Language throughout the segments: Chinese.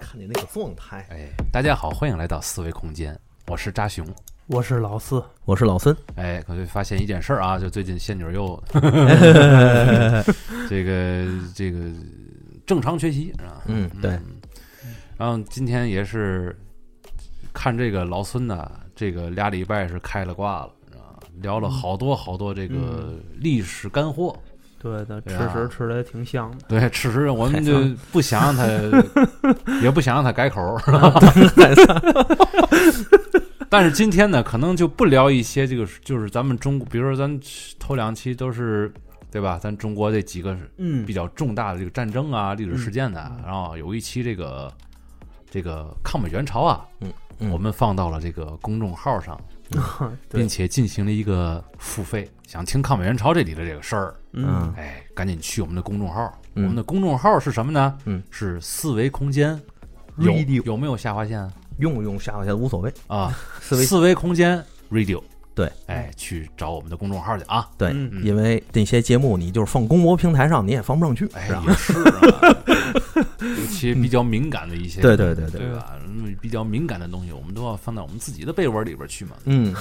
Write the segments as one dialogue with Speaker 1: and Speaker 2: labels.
Speaker 1: 看你那个状态。
Speaker 2: 哎，大家好，欢迎来到思维空间，我是扎熊。
Speaker 3: 我是老四，
Speaker 1: 我是老孙，
Speaker 2: 哎，可就发现一件事儿啊，就最近仙女儿又 这个这个正常缺席啊。
Speaker 1: 嗯对。
Speaker 2: 然后今天也是看这个老孙呢，这个俩礼拜是开了挂了，啊，聊了好多好多这个历史干货。
Speaker 3: 对的，
Speaker 2: 对
Speaker 3: 吃
Speaker 2: 啊
Speaker 3: 食吃的也挺香 的，
Speaker 2: 对，此时我们就不想让他，也不想让他改口儿。 但是今天呢，可能就不聊一些这个，就是咱们中国，比如说咱头两期都是，对吧？咱中国这几个
Speaker 3: 嗯
Speaker 2: 比较重大的这个战争啊、历史事件呐、然后有一期这个这个抗美援朝啊，
Speaker 1: 嗯嗯
Speaker 2: 我们放到了这个公众号上，
Speaker 3: 对
Speaker 2: 并且进行了一个付费。想听抗美援朝这里的这个事儿，
Speaker 3: 嗯，
Speaker 2: 哎，赶紧去我们的公众号。
Speaker 1: 嗯
Speaker 2: 我们的公众号是什么呢？
Speaker 1: 嗯，
Speaker 2: 是四维空间。有
Speaker 1: Radio
Speaker 2: 有没有下划线啊
Speaker 1: 用不用下划线无所谓，
Speaker 2: 啊？
Speaker 1: 思维嗯
Speaker 2: 四维空间 radio。
Speaker 1: 对，
Speaker 2: 哎，去找我们的公众号去啊。
Speaker 1: 对，
Speaker 3: 嗯
Speaker 1: 因为这些节目你就是放公播平台上你也放不上去，
Speaker 2: 哎，
Speaker 1: 是吧？
Speaker 2: 也是 啊，尤其比较敏感的一些，
Speaker 1: 对对对对
Speaker 2: 对吧？嗯比较敏感的东西，我们都要放到我们自己的被窝里边去嘛。
Speaker 1: 嗯，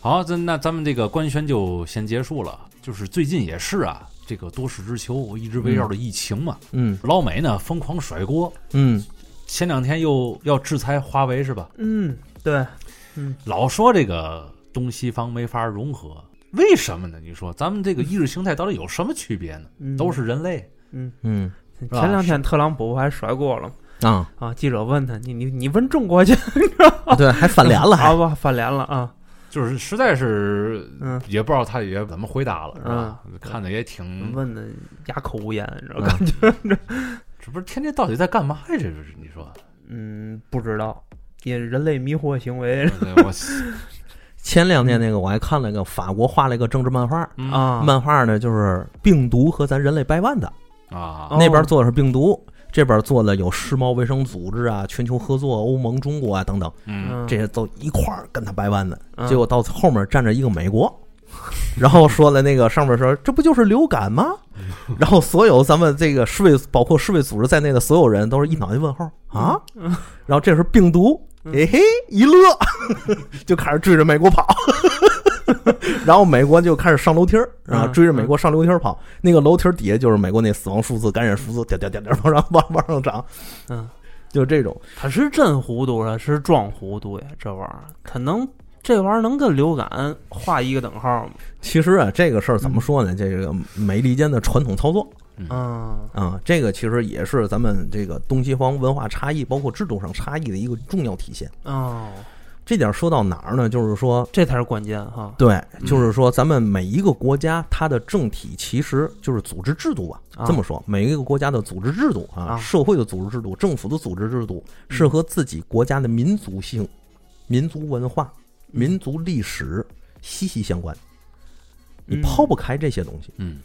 Speaker 2: 好，咱那咱们这个官宣就先结束了。就是最近也是啊，这个多事之秋，我一直围绕着疫情嘛。
Speaker 1: 嗯
Speaker 2: 老美呢疯狂甩锅，
Speaker 1: 嗯
Speaker 2: 前两天又要制裁华为是吧？
Speaker 3: 嗯，对，
Speaker 2: 老说这个东西方没法融合，为什么呢？你说咱们这个意识形态到底有什么区别呢？
Speaker 3: 嗯
Speaker 2: 都是人类，
Speaker 3: 嗯，
Speaker 1: 嗯
Speaker 2: 吧
Speaker 3: 前两天特朗普不还甩锅了吗？
Speaker 1: 啊，
Speaker 3: 啊，记者问他，你你你问中 国去，
Speaker 1: 对，还翻脸了，
Speaker 3: 啊
Speaker 1: 还
Speaker 3: 不翻脸了啊，
Speaker 2: 就是实在是
Speaker 3: 嗯，
Speaker 2: 也不知道他也怎么回答了，是吧？看的也挺，
Speaker 3: 问的哑口无言，你知道
Speaker 1: 嗯
Speaker 3: 吧？感觉
Speaker 2: 这不是天天到底在干嘛呀？这是你说，
Speaker 3: 嗯，不知道，也人类迷惑行为
Speaker 2: 对我
Speaker 1: 前两天那个我还看了一个法国画了一个政治漫画，
Speaker 2: 嗯
Speaker 3: 啊，
Speaker 1: 漫画呢就是病毒和咱人类掰腕子，
Speaker 2: 啊
Speaker 3: 哦
Speaker 1: 那边做的是病毒，这边做的有世贸卫生组织啊、全球合作、欧盟、中国啊等等，
Speaker 2: 嗯
Speaker 1: 这些都一块儿跟他掰弯子。
Speaker 3: 嗯
Speaker 1: 结果到后面站着一个美国， 然后说了那个上面说这不就是流感 吗？然后所有咱们这个世卫，包括世卫组织在内的所有人都是一脑袋问号
Speaker 3: 嗯
Speaker 1: 啊。然后这时候病毒，哎嘿一乐， 就开始追着美国跑。 然后美国就开始上楼梯儿，然后
Speaker 3: 嗯
Speaker 1: 追着美国上楼梯儿跑。那个楼梯儿底下就是美国那死亡数字、感染数字，点点点点往上往往上涨，
Speaker 3: 嗯，
Speaker 1: 就这种。
Speaker 3: 他是真糊涂了，是装糊涂呀，这玩意儿，他能这玩意儿能跟流感画一个等号吗？
Speaker 1: 其实啊，这个事儿怎么说呢？这个美利坚的传统操作
Speaker 3: 嗯
Speaker 1: 啊，这个其实也是咱们这个东西方文化差异，包括制度上差异的一个重要体现。
Speaker 3: 哦。
Speaker 1: 这点说到哪儿呢？就是说，
Speaker 3: 这才是关键哈。
Speaker 1: 对，就是说，咱们每一个国家它的政体其实就是组织制度吧。
Speaker 3: 啊
Speaker 1: 这么说，每一个国家的组织制度啊，
Speaker 3: 啊
Speaker 1: 社会的组织制度、政府的组织制度，
Speaker 3: 嗯
Speaker 1: 是和自己国家的民族性、民族文化、
Speaker 3: 嗯
Speaker 1: 民族历史息息相关。你
Speaker 3: 嗯
Speaker 1: 抛不开这些东西。
Speaker 2: 嗯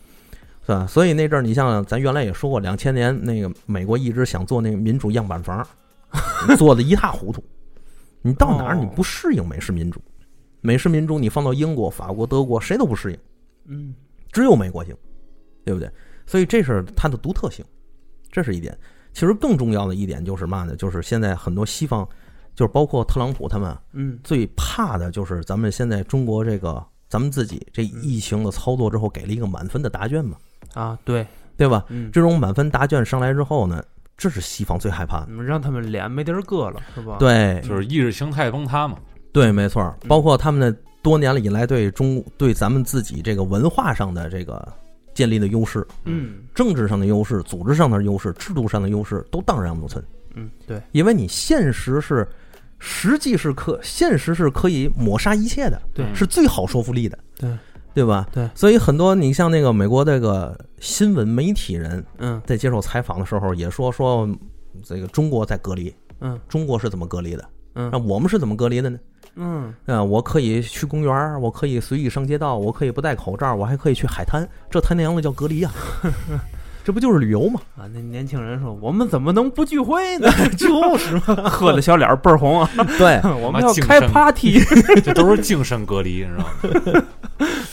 Speaker 1: 是吧？所以那阵儿，你像咱原来也说过，两千年那个美国一直想做那个民主样板房， 做的一塌糊涂。你到哪儿
Speaker 3: 哦
Speaker 1: 你不适应美式民主，美式民主你放到英国、法国、德国谁都不适应，
Speaker 3: 嗯
Speaker 1: 只有美国行，对不对？所以这是它的独特性，这是一点。其实更重要的一点就是嘛呢？就是现在很多西方，就是包括特朗普他们啊
Speaker 3: 嗯
Speaker 1: 最怕的就是咱们现在中国这个咱们自己这疫情的操作之后给了一个满分的答卷嘛，
Speaker 3: 啊，对，
Speaker 1: 对吧？
Speaker 3: 嗯，
Speaker 1: 这种满分答卷上来之后呢，这是西方最害怕的。
Speaker 3: 嗯让他们脸没地儿搁了，是吧？，
Speaker 1: 对
Speaker 2: 嗯就是意识形态崩塌嘛。
Speaker 1: 对，没错儿，
Speaker 3: 嗯
Speaker 1: 包括他们的多年以来对中对咱们自己这个文化上的这个建立的优势、
Speaker 3: 嗯
Speaker 1: 政治上的优势、组织上的优势、制度上的优势都荡然无存，
Speaker 3: 嗯，对，
Speaker 1: 因为你现实是。实际是可，现实是可以抹杀一切的，
Speaker 2: 嗯
Speaker 3: 对
Speaker 1: 是 最好说服力的，
Speaker 3: 对
Speaker 1: 对吧？
Speaker 3: 嗯对
Speaker 1: 所以很多你像那个美国这个新闻媒体人
Speaker 3: 嗯
Speaker 1: 在接受采访的时候也说说，这个中国在隔离，
Speaker 3: 嗯
Speaker 1: 中国是怎么隔离的？那
Speaker 3: 嗯
Speaker 1: 我们是怎么隔离的呢？
Speaker 3: 嗯
Speaker 1: 嗯、我可以去公园儿，我可以随意上街道，我可以不戴口罩，我还可以去海滩，这他娘的叫隔离 呀、这不就是旅游吗？
Speaker 3: 啊，那年轻人说我们怎么能不聚会呢？ 就是嘛， 喝的小脸儿倍儿红啊，
Speaker 1: 对，
Speaker 3: 我
Speaker 2: 妈
Speaker 3: 们要
Speaker 2: 精
Speaker 3: 开
Speaker 2: 神
Speaker 3: party，
Speaker 2: 这都是精神隔离，你知道吗？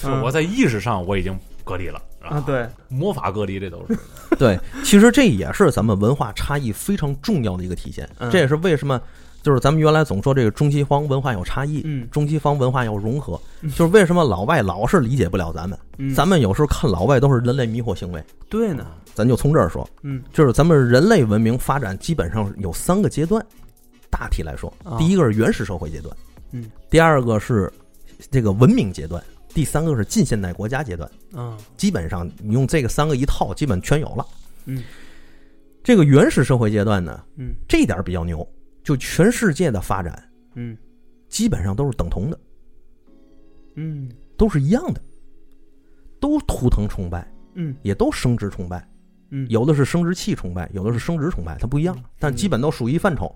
Speaker 2: 是我在意识上我已经隔离了
Speaker 3: 嗯啊，，对，
Speaker 2: 魔法隔离这都是
Speaker 1: 对，其实这也是咱们文化差异非常重要的一个体现。
Speaker 3: 嗯
Speaker 1: 这也是为什么，就是咱们原来总说这个中西方文化有差异，
Speaker 3: 嗯
Speaker 1: 中西方文化要融合，就是为什么老外老是理解不了咱们。
Speaker 3: 嗯，
Speaker 1: 咱们有时候看老外都是人类迷惑行为，
Speaker 3: 对呢，
Speaker 1: 咱就从这儿说，
Speaker 3: 嗯
Speaker 1: 就是咱们人类文明发展基本上有三个阶段，大体来说
Speaker 3: 啊，
Speaker 1: 第一个是原始社会阶段，
Speaker 3: 嗯，
Speaker 1: 第二个是这个文明阶段，第三个是近现代国家阶段。
Speaker 3: 嗯
Speaker 1: 基本上你用这个三个一套，基本全有了。
Speaker 3: 嗯，
Speaker 1: 这个原始社会阶段呢，
Speaker 3: 嗯
Speaker 1: 这点儿比较牛，就全世界的发展
Speaker 3: 嗯
Speaker 1: 基本上都是等同的，
Speaker 3: 嗯
Speaker 1: 都是一样的，都图腾崇拜，
Speaker 3: 嗯
Speaker 1: 也都生殖崇拜，
Speaker 3: 嗯，
Speaker 1: 有的是生殖器崇拜，有的是生殖崇拜，它不一样
Speaker 3: 嗯，
Speaker 1: 但基本都属于一范畴，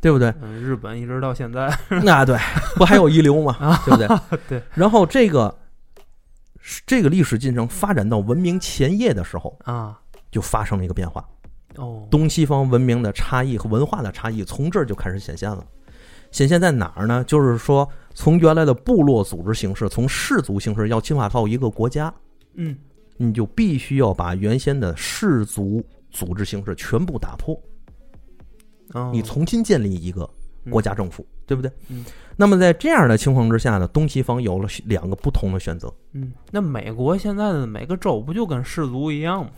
Speaker 1: 对 不对？
Speaker 3: 嗯，日本一直到现在，
Speaker 1: 那对，不还有遗留吗
Speaker 3: 啊？
Speaker 1: 对不对？
Speaker 3: 对。
Speaker 1: 然后这个这个历史进程发展到文明前夜的时候，
Speaker 3: 啊，
Speaker 1: 就发生了一个变化，
Speaker 3: 哦，
Speaker 1: 东西方文明的差异和文化的差异从这儿就开始显现了。显现在哪儿呢？就是说，从原来的部落组织形式，从氏族形式要进化到一个国家，
Speaker 3: 嗯
Speaker 1: 你就必须要把原先的氏族组织形式全部打破，
Speaker 3: 哦，
Speaker 1: 你重新建立一个国家政府，对不对
Speaker 3: 嗯？
Speaker 1: 那么在这样的情况之下呢，东西方有了两个不同的选择。
Speaker 3: 嗯，那美国现在的每个州不就跟氏族一样吗？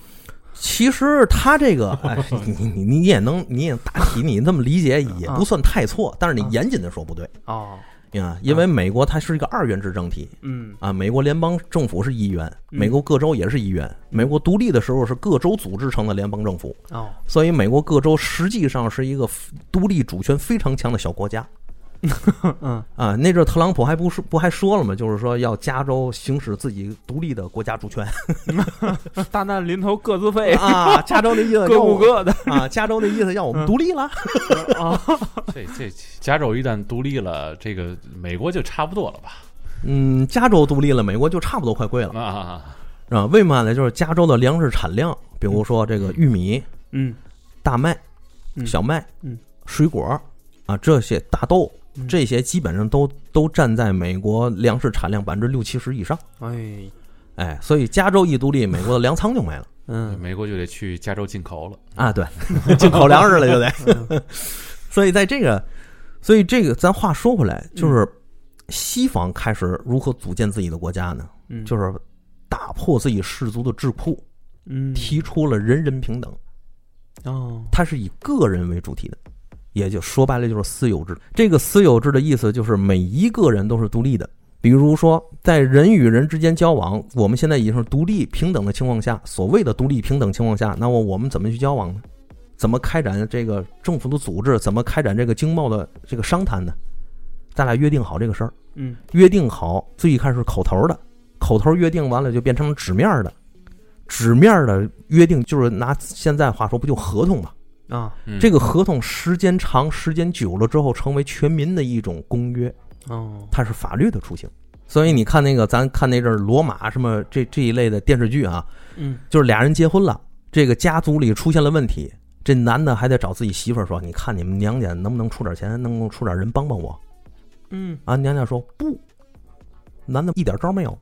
Speaker 1: 其实他这 个，哎，你你你也能，你也大体你那么理 解
Speaker 3: 啊
Speaker 1: 也不算太错，但是你严谨的说不对。
Speaker 3: 哦，
Speaker 1: 啊，因为美国它是一个二元制政体
Speaker 3: 嗯
Speaker 1: 啊，美国联邦政府是议员，
Speaker 3: 嗯
Speaker 1: 美国各州也是议员，美国独立的时候是各州组织成的联邦政府，
Speaker 3: 哦，
Speaker 1: 所以美国各州实际上是一个 f- 独立主权非常强的小国 家
Speaker 3: 嗯
Speaker 1: 啊。那阵儿特朗普还不是不还说了吗？就是说要加州行使自己独立的国家主权
Speaker 3: 大难临头各自飞，
Speaker 1: 啊，加州那意思
Speaker 3: 各
Speaker 1: 要
Speaker 3: 顾
Speaker 1: 我
Speaker 3: 各 的
Speaker 1: 啊，加州那意思要我们
Speaker 3: 嗯
Speaker 1: 独立了，
Speaker 3: 啊，
Speaker 2: 这这加州一旦独立了，这个美国就差不多了吧？
Speaker 1: 嗯，加州独立了，美国就差不多快跪了
Speaker 2: 啊，
Speaker 1: 啊。为嘛呢？就是加州的粮食产量，比如说这个玉米、
Speaker 3: 嗯
Speaker 1: 大麦、
Speaker 3: 嗯
Speaker 1: 小麦、
Speaker 3: 嗯
Speaker 1: 水果啊，这些大豆
Speaker 3: 嗯，
Speaker 1: 这些基本上都都占在美国粮食产量百分之六七十以上。
Speaker 3: 哎
Speaker 1: 哎，所以加州一独立，美国的粮仓就没了
Speaker 3: 嗯
Speaker 2: 美国就得去加州进口了。
Speaker 1: 啊！对， 进口粮食了就得。
Speaker 3: 嗯
Speaker 1: 所以在这个，所以这个，咱话说回来，就是西方开始如何组建自己的国家呢？
Speaker 3: 嗯，
Speaker 1: 就是打破自己氏族的桎梏，
Speaker 3: 嗯
Speaker 1: 提出了人人平等。
Speaker 3: 哦
Speaker 1: 它是以个人为主体的，也就说白了就是私有制。这个私有制的意思就是每一个人都是独立的。比如说，在人与人之间交往，我们现在已经是独立平等的情况下，所谓的独立平等情况下，那么我们怎么去交往呢？怎么开展这个政府的组织？怎么开展这个经贸的这个商谈呢？咱俩约定好这个事儿，
Speaker 3: 嗯
Speaker 1: 约定好最开始口头的，口头约定完了就变成纸面的，纸面的约定就是拿现在话说不就合同吗？
Speaker 3: 啊
Speaker 2: 嗯
Speaker 1: 这个合同时间长、时间久了之后，成为全民的一种公约，
Speaker 3: 哦
Speaker 1: 它是法律的雏形。所以你看那个，咱看那阵儿罗马什么这这一类的电视剧啊，
Speaker 3: 嗯
Speaker 1: 就是俩人结婚了，这个家族里出现了问题，这男的还得找自己媳妇儿说：“你看你们娘家能不能出点钱，能不能出点人帮帮我
Speaker 3: 嗯？”
Speaker 1: 啊，娘家说不，男的一点招没有。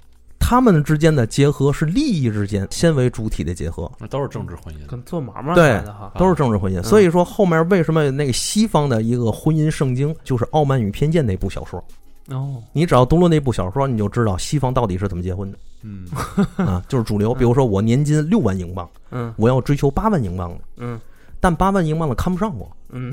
Speaker 1: 他们之间的结合是利益之间先为主体的结合，
Speaker 2: 那都是政治婚姻，
Speaker 3: 跟做买卖
Speaker 1: 对
Speaker 3: 来的哈，
Speaker 1: 都是政治婚姻。
Speaker 3: 嗯
Speaker 1: 所以说后面为什么那个西方的一个婚姻圣经就是《傲慢与偏见》那部小说，
Speaker 3: 哦
Speaker 1: 你只要读了那部小说，你就知道西方到底是怎么结婚 的
Speaker 2: 嗯，
Speaker 1: 啊，就是主流。比如说我年薪六万英镑，
Speaker 3: 嗯
Speaker 1: 我要追求八万英镑的，
Speaker 3: 嗯
Speaker 1: 但八万英镑的看不上我，
Speaker 3: 嗯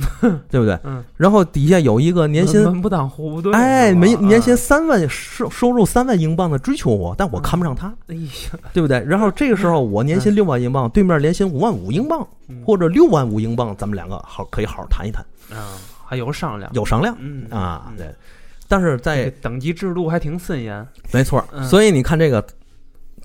Speaker 1: 对不对？
Speaker 3: 嗯，
Speaker 1: 然后底下有一个年薪。
Speaker 3: 门不当户不对，
Speaker 1: 哎，
Speaker 3: 是吧
Speaker 1: 没年薪
Speaker 3: 啊
Speaker 1: 三万收收入三万英镑的追求我，但我看不上他，
Speaker 3: 哎呀，
Speaker 1: 对不对？然后这个时候我年薪六万英镑，对面年薪五万五英镑
Speaker 3: 嗯
Speaker 1: 或者六万五英镑，咱们两个好可以好好谈一谈，
Speaker 3: 啊还有商量
Speaker 1: 有商量。
Speaker 3: 嗯
Speaker 1: 啊哎
Speaker 3: 嗯，
Speaker 1: 对。但是
Speaker 3: 这
Speaker 1: 在
Speaker 3: 个等级制度还挺森严，
Speaker 1: 没错
Speaker 3: 嗯
Speaker 1: 所以你看这个，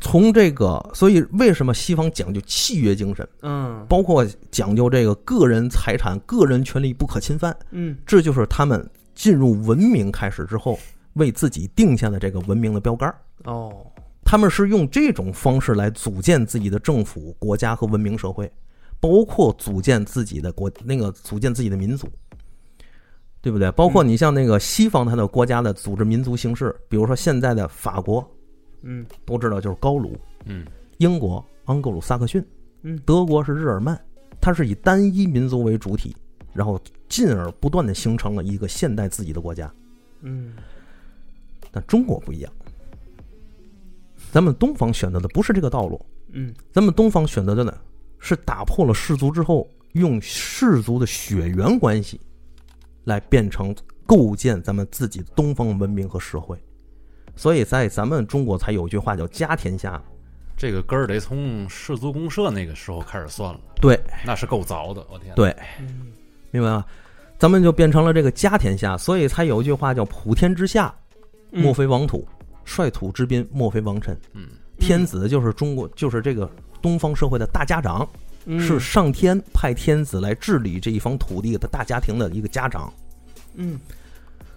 Speaker 1: 从这个，所以为什么西方讲究契约精神，
Speaker 3: 嗯
Speaker 1: 包括讲究这个个人财产、个人权利不可侵犯，
Speaker 3: 嗯
Speaker 1: 这就是他们进入文明开始之后为自己定下的这个文明的标杆儿。
Speaker 3: 哦
Speaker 1: 他们是用这种方式来组建自己的政府、国家和文明社会，包括组建自己的国那个组建自己的民族，对不对？包括你像那个西方它的国家的组织民族形式，比如说现在的法国、
Speaker 3: 嗯
Speaker 1: 都知道就是高卢，
Speaker 2: 嗯
Speaker 1: 英国盎格鲁撒克逊，
Speaker 3: 嗯
Speaker 1: 德国是日耳曼，它是以单一民族为主体，然后进而不断的形成了一个现代自己的国家。
Speaker 3: 嗯
Speaker 1: 但中国不一样，咱们东方选择的不是这个道路，
Speaker 3: 嗯
Speaker 1: 咱们东方选择的呢是打破了氏族之后，用氏族的血缘关系来变成构建咱们自己东方文明和社会。所以在咱们中国才有一句话叫“家天下
Speaker 2: 这个根儿得从氏族公社那个时候开始算了，”，
Speaker 1: 对，
Speaker 2: 那是够早的，我天，
Speaker 1: 对
Speaker 3: 嗯
Speaker 1: 明白吗？咱们就变成了这个家天下，所以才有一句话叫“普天之下，
Speaker 3: 嗯
Speaker 1: 莫非王土；率土之滨，莫非王臣”。
Speaker 2: 嗯，
Speaker 1: 天子就是中国，就是这个东方社会的大家长，
Speaker 3: 嗯
Speaker 1: 是上天派天子来治理这一方土地的大家庭的一个家长。
Speaker 3: 嗯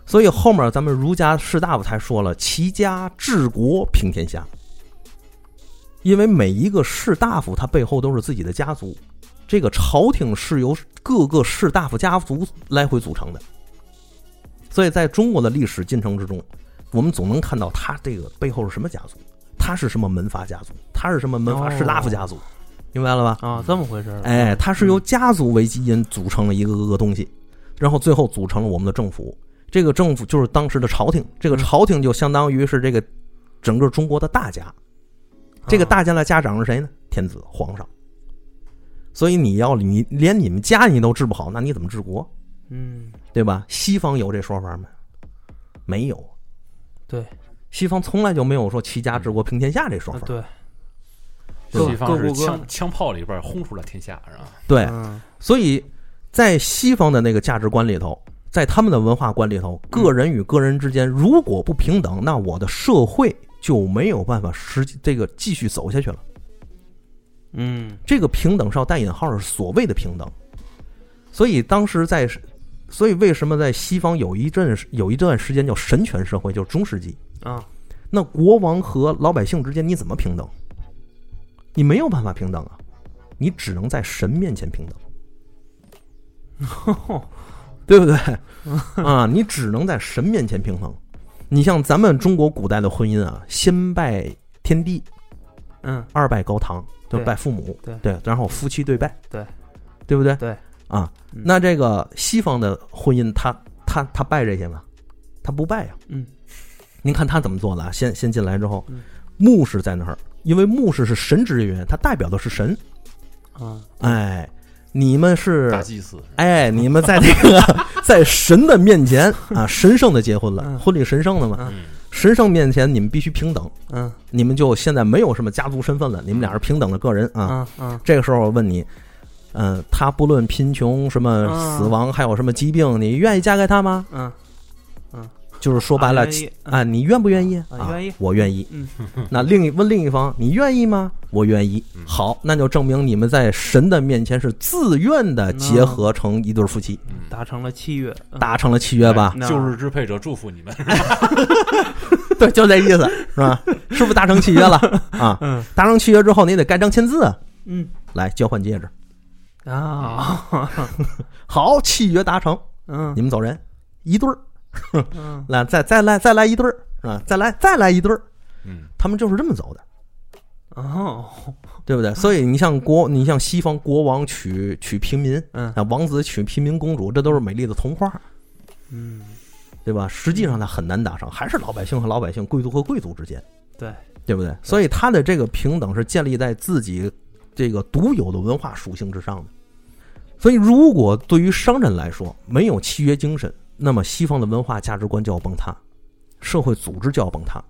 Speaker 1: 所以后面咱们儒家士大夫才说了，齐家治国平天下。因为每一个士大夫他背后都是自己的家族，这个朝廷是由各个士大夫家族来回组成的。所以在中国的历史进程之中，我们总能看到他这个背后是什么家族，他是什么门阀家族，他是什么门阀士大夫家族，明白了吧？
Speaker 3: 啊，这么回事儿。
Speaker 1: 哎，它是由家族为基因组成了一个个个东西，然后最后组成了我们的政府。这个政府就是当时的朝廷，这
Speaker 3: 嗯
Speaker 1: 个朝廷就相当于是这个整个中国的大家。
Speaker 3: 啊
Speaker 1: 这个大家的家长是谁呢？天子、皇上。所以你要你连你们家你都治不好，那你怎么治国？
Speaker 3: 嗯
Speaker 1: 对吧？西方有这说法吗？没有。
Speaker 3: 对，
Speaker 1: 西方从来就没有说齐家治国平天下这说
Speaker 3: 啊
Speaker 1: 法。
Speaker 3: 对，
Speaker 2: 西方
Speaker 3: 各
Speaker 2: 是
Speaker 3: 顾各
Speaker 2: 枪枪炮里边轰出了天下，是吧？
Speaker 1: 对，
Speaker 3: 嗯
Speaker 1: 所以在西方的那个价值观里头，在他们的文化观里头，个人与个人之间如果不平等，那我的社会就没有办法实际这个继续走下去了。
Speaker 3: 嗯
Speaker 1: 这个平等是要带引号的，是所谓的平等。所以当时在，所以为什么在西方有一阵有一段时间叫神权社会，就是中世纪？
Speaker 3: 啊
Speaker 1: 那国王和老百姓之间你怎么平等？你没有办法平等啊，你只能在神面前平等， 对不对？啊，你只能在神面前平等。你像咱们中国古代的婚姻啊，先拜天地，
Speaker 3: 嗯
Speaker 1: 二拜高堂，就是
Speaker 3: 对
Speaker 1: 拜父母，
Speaker 3: 对
Speaker 1: 然后夫妻对拜，
Speaker 3: 对，
Speaker 1: 对不对？
Speaker 3: 对
Speaker 1: 啊，
Speaker 3: 嗯
Speaker 1: 那这个西方的婚姻，他他他拜这些吗？他不拜呀、啊
Speaker 3: 嗯
Speaker 1: 您看他怎么做的啊？先先进来之后
Speaker 3: 嗯，
Speaker 1: 牧师在那儿，因为牧师是神职人员，他代表的是神。
Speaker 3: 啊
Speaker 1: 哎，你们是
Speaker 2: 大祭司，
Speaker 1: 哎，你们在这 个在神的面前啊，神圣的结婚了，
Speaker 3: 嗯
Speaker 1: 婚礼神圣的嘛，
Speaker 3: 嗯
Speaker 2: 嗯，
Speaker 1: 神圣面前你们必须平等，
Speaker 3: 嗯
Speaker 1: 你们就现在没有什么家族身份了，你们俩是平等的个人啊。
Speaker 3: 啊啊
Speaker 1: 这个时候我问你。嗯，他不论贫穷、什么
Speaker 3: 嗯
Speaker 1: 死亡，还有什么疾病，你愿意嫁给他吗？
Speaker 3: 嗯
Speaker 1: 就是说白
Speaker 3: 啊
Speaker 1: 了，
Speaker 3: 愿意
Speaker 1: 啊，你愿不愿意
Speaker 3: 啊愿意
Speaker 1: 我愿意。
Speaker 3: 嗯，
Speaker 1: 那另一问另一方，你愿意吗？我愿意。
Speaker 2: 嗯
Speaker 1: 好，那就证明你们在神的面前是自愿的结合成一对夫妻，
Speaker 2: 嗯
Speaker 3: 达成了契约，嗯
Speaker 1: 达成了契约吧？
Speaker 3: 那
Speaker 2: 旧日支配者祝福你们，
Speaker 1: 对，就这意思，是 吧？是不是达成契约了啊？
Speaker 3: 嗯
Speaker 1: 达成契约之后，你得盖章签字啊，
Speaker 3: 嗯
Speaker 1: 来交换戒指。
Speaker 3: 啊
Speaker 1: 好，契约达成，
Speaker 3: 嗯
Speaker 1: 你们走人，一对儿，
Speaker 3: 嗯
Speaker 1: 来再再来再来一对儿，啊，再来再来一对儿，
Speaker 2: 嗯，
Speaker 1: 他们就是这么走的。
Speaker 3: 哦
Speaker 1: 对不对？所以你像国，你像西方国王娶娶平民，
Speaker 3: 嗯
Speaker 1: 啊，王子娶平民公主，这都是美丽的童话，
Speaker 3: 嗯
Speaker 1: 对吧？实际上它很难达成，还是老百姓和老百姓，贵族和贵族之间，
Speaker 3: 对
Speaker 1: 对不对？所以它的这个平等是建立在自己这个独有的文化属性之上的。所以，如果对于商人来说没有契约精神，那么西方的文化价值观就要崩塌，社会组织就要崩塌。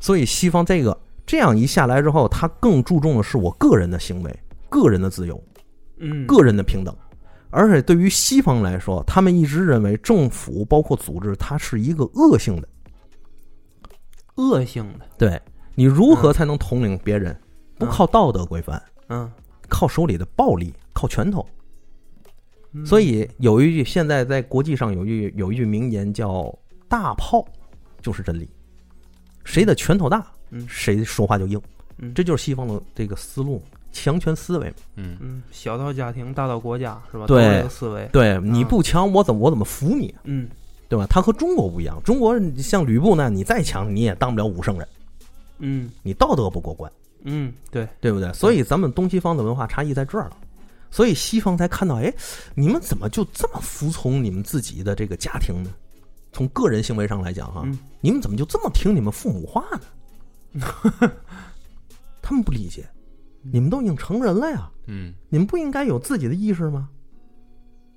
Speaker 1: 所以，西方这个这样一下来之后，他更注重的是我个人的行为、个人的自由。
Speaker 3: 嗯
Speaker 1: 个人的平等。而且对于西方来说，他们一直认为政府包括组织，它是一个恶性的。
Speaker 3: 恶性的
Speaker 1: 对你如何才能统领别人？不靠道德规范，
Speaker 3: 嗯
Speaker 1: 靠手里的暴力，靠拳头。
Speaker 3: 嗯
Speaker 1: 所以有一句现在在国际上有一句有一句名言叫“大炮就是真理”，谁的拳头大
Speaker 3: 嗯，
Speaker 1: 谁说话就硬。
Speaker 3: 嗯
Speaker 1: 这就是西方的这个思路，强权思维嘛。
Speaker 2: 嗯
Speaker 3: 嗯小到家庭大到国家是吧？
Speaker 1: 对
Speaker 3: 都有这个思维
Speaker 1: 对，你不强，我怎么我怎么服你？
Speaker 3: 嗯
Speaker 1: 对吧？它和中国不一样，中国像吕布呢，你再强你也当不了武圣人，
Speaker 3: 嗯
Speaker 1: 你道德不过关，
Speaker 3: 嗯，对，
Speaker 1: 对不对？所以咱们东西方的文化差异在这儿了。所以西方才看到，哎，你们怎么就这么服从你们自己的这个家庭呢？从个人行为上来讲，哈
Speaker 3: 嗯，
Speaker 1: 你们怎么就这么听你们父母话呢？ 他们不理解，你们都已经成人了呀，
Speaker 2: 嗯
Speaker 1: 你们不应该有自己的意识吗？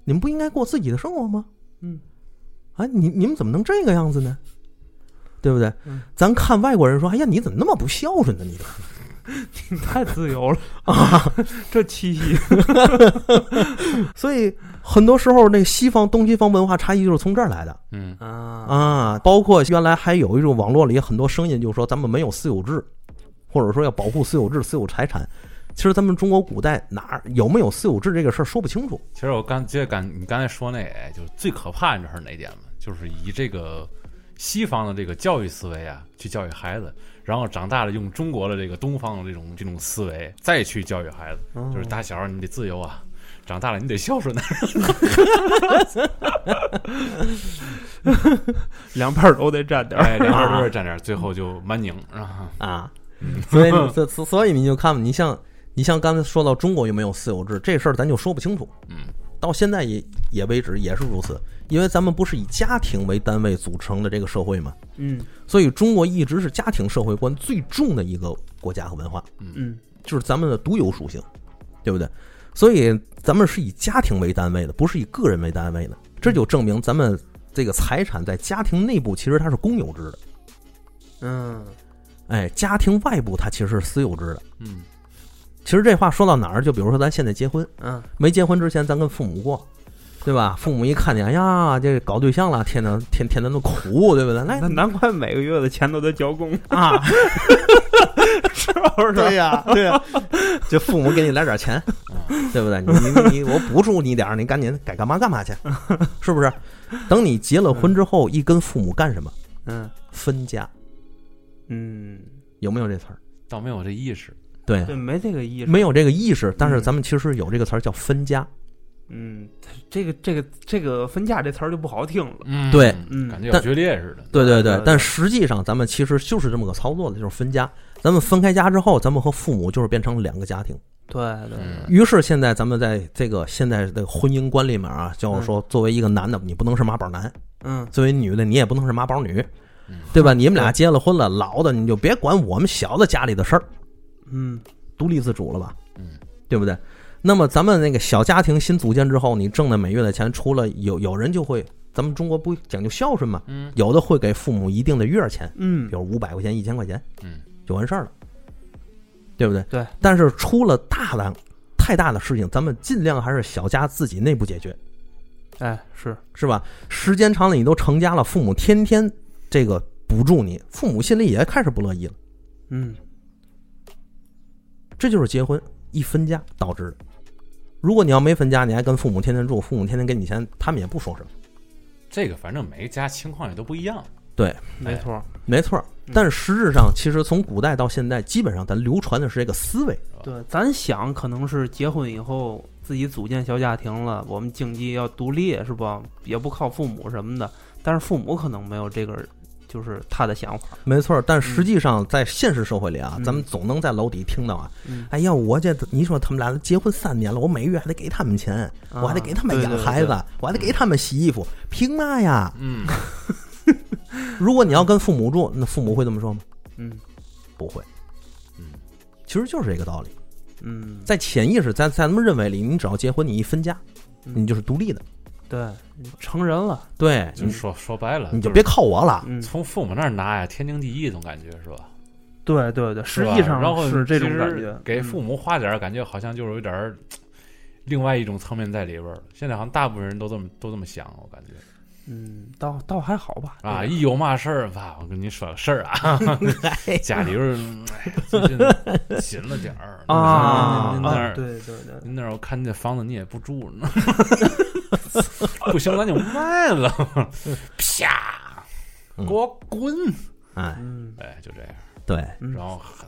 Speaker 1: 你们不应该过自己的生活吗？
Speaker 3: 嗯
Speaker 1: 啊，你你们怎么能这个样子呢？对不对？
Speaker 3: 嗯
Speaker 1: 咱看外国人说，哎呀，你怎么那么不孝顺呢？你这
Speaker 3: 你太自由 了啊，这七夕，
Speaker 1: 所以很多时候，那个西方东西方文化差异就是从这儿来的
Speaker 2: 嗯
Speaker 3: 啊
Speaker 1: 啊。包括原来还有一种网络里很多声音，就是说咱们没有私有制，或者说要保护私有制、私有财产。其实咱们中国古代哪儿有没有私有制这个事儿说不清楚。
Speaker 2: 其实我刚接着刚你刚才说那，哎，就是最可怕，你知道是哪点吗？就是以这个西方的这个教育思维啊，去教育孩子，然后长大了用中国的这个东方的这种这种思维再去教育孩子，就是打小你得自由啊，长大了你得孝顺啊。
Speaker 3: 两边儿都得沾点儿。
Speaker 2: 哎，两边都是站点，最后就蛮拧啊。
Speaker 1: 啊，所以你所所所以你就看，你像你像刚才说到中国有没有私有制这事儿，咱就说不清楚。
Speaker 2: 嗯，
Speaker 1: 到现在也也为止也是如此，因为咱们不是以家庭为单位组成的这个社会嘛，
Speaker 3: 嗯
Speaker 1: 所以中国一直是家庭社会观最重的一个国家和文化，
Speaker 3: 嗯
Speaker 1: 就是咱们的独有属性，对不对？所以咱们是以家庭为单位的，不是以个人为单位的，这就证明咱们这个财产在家庭内部其实它是公有制的，
Speaker 3: 嗯
Speaker 1: 哎，家庭外部它其实是私有制的。
Speaker 2: 嗯
Speaker 1: 其实这话说到哪儿，就比如说咱现在结婚，
Speaker 3: 嗯
Speaker 1: 没结婚之前咱跟父母过，对吧？父母一看见，哎呀，这搞对象了，天哪，天天天都苦，对不对？来
Speaker 3: 那难怪每个月的钱都得交工，
Speaker 1: 啊，
Speaker 3: 是不是？
Speaker 1: 对呀，对呀，就父母给你来点钱，对不对？你你你，我补助你点儿，你赶紧该干嘛干嘛去，是不是？等你结了婚之后，一跟父母干什么？
Speaker 3: 嗯
Speaker 1: 分家，
Speaker 3: 嗯，
Speaker 1: 有没有这词儿？
Speaker 2: 倒没有这意识。
Speaker 1: 对，
Speaker 3: 对，没这个意识。
Speaker 1: 没有这个意识，但是
Speaker 3: 嗯
Speaker 1: 咱们其实有这个词儿叫分家。
Speaker 3: 嗯，这个这个这个分价这词儿就不好听了。
Speaker 2: 嗯
Speaker 1: 对
Speaker 3: 嗯
Speaker 2: 感觉要决裂似的。
Speaker 1: 对对
Speaker 3: 对
Speaker 1: 对
Speaker 3: 对，
Speaker 1: 但实际上咱们其实就是这么个操作的，就是分家。咱们分开家之后，咱们和父母就是变成两个家庭。
Speaker 3: 对对
Speaker 2: 嗯
Speaker 1: 于是啊现在咱们在这个现在的婚姻观里面啊，叫我说，作为一个男的，你不能是妈宝男；
Speaker 3: 嗯
Speaker 1: 作为女的，你也不能是妈宝女
Speaker 2: 嗯，
Speaker 1: 对吧？你们俩结了婚了，老的你就别管我们小的家里的事儿，
Speaker 3: 嗯
Speaker 1: 独立自主了吧，
Speaker 2: 嗯
Speaker 1: 对不对？那么咱们那个小家庭新组建之后，你挣的每月的钱，除了有有人就会，咱们中国不讲究孝顺嘛，
Speaker 2: 嗯
Speaker 1: 有的会给父母一定的月钱，
Speaker 3: 嗯
Speaker 1: 比，如五百块钱、一千块钱，
Speaker 2: 嗯，
Speaker 1: 就完事儿了，对不对？
Speaker 3: 对。
Speaker 1: 但是出了大的、太大的事情，咱们尽量还是小家自己内部解决，
Speaker 3: 哎，是
Speaker 1: 是吧？时间长了，你都成家了，父母天天这个补助你，父母心里也开始不乐意了。
Speaker 3: 嗯
Speaker 1: 这就是结婚一分家导致的。如果你要没分家，你还跟父母天天住，父母天天给你钱，他们也不说什么。
Speaker 2: 这个反正每一家情况也都不一样。
Speaker 3: 没错儿。
Speaker 1: 没错儿，
Speaker 3: 嗯
Speaker 1: 但是实质上，其实从古代到现在，基本上咱流传的是这个思维。
Speaker 3: 对，咱想可能是结婚以后自己组建小家庭了，我们经济要独立是吧？也不靠父母什么的，但是父母可能没有这个，就是他的想法。
Speaker 1: 没错儿，但实际上在现实社会里啊，
Speaker 3: 嗯
Speaker 1: 咱们总能在楼底听到啊，
Speaker 3: 嗯，
Speaker 1: 哎呀，我这你说他们俩结婚三年了，我每月还得给他们钱，我还得给他们
Speaker 3: 啊
Speaker 1: 养孩子，，我还得给他们洗衣服，凭嘛呀？
Speaker 2: 嗯
Speaker 1: 如果你要跟父母住，那父母会这么说吗？
Speaker 3: 对对对
Speaker 1: 不会。
Speaker 2: 嗯，
Speaker 1: 其实就是这个道理，
Speaker 3: 嗯嗯，
Speaker 1: 在潜意识，在在他们认为里，你只要结婚，你一分家，
Speaker 3: 嗯
Speaker 1: 你就是独立的，
Speaker 3: 对，你成人了，
Speaker 1: 对，
Speaker 2: 就说说白了，
Speaker 1: 你就别靠我了。
Speaker 3: 嗯，
Speaker 2: 从父母那儿拿呀，天经地义，总感觉是吧？
Speaker 3: 对对对，实
Speaker 2: 吧
Speaker 3: 际上
Speaker 2: 然后
Speaker 3: 是这种
Speaker 2: 其实
Speaker 3: 感觉，嗯
Speaker 2: 给父母花点儿，感觉好像就是有点儿另外一种层面在里边儿了。现在好像大部分人都这么都这么想，我感觉
Speaker 3: 嗯，嗯，倒倒还好吧，
Speaker 2: 啊，
Speaker 3: 对
Speaker 2: 一有嘛事儿，哇，我跟你说个事 儿啊，
Speaker 1: 哎
Speaker 2: 家里人哎呀，最近紧了点儿
Speaker 3: 啊
Speaker 2: 您
Speaker 3: 啊
Speaker 2: 那儿
Speaker 3: 对对对，
Speaker 2: 您那儿我看这房子你也不住呢， 不行咱就卖了，啪，
Speaker 1: 嗯
Speaker 2: 给我滚！
Speaker 1: 哎，
Speaker 3: 嗯，
Speaker 2: 哎，就这样。
Speaker 1: 对，
Speaker 3: 嗯
Speaker 2: 然后还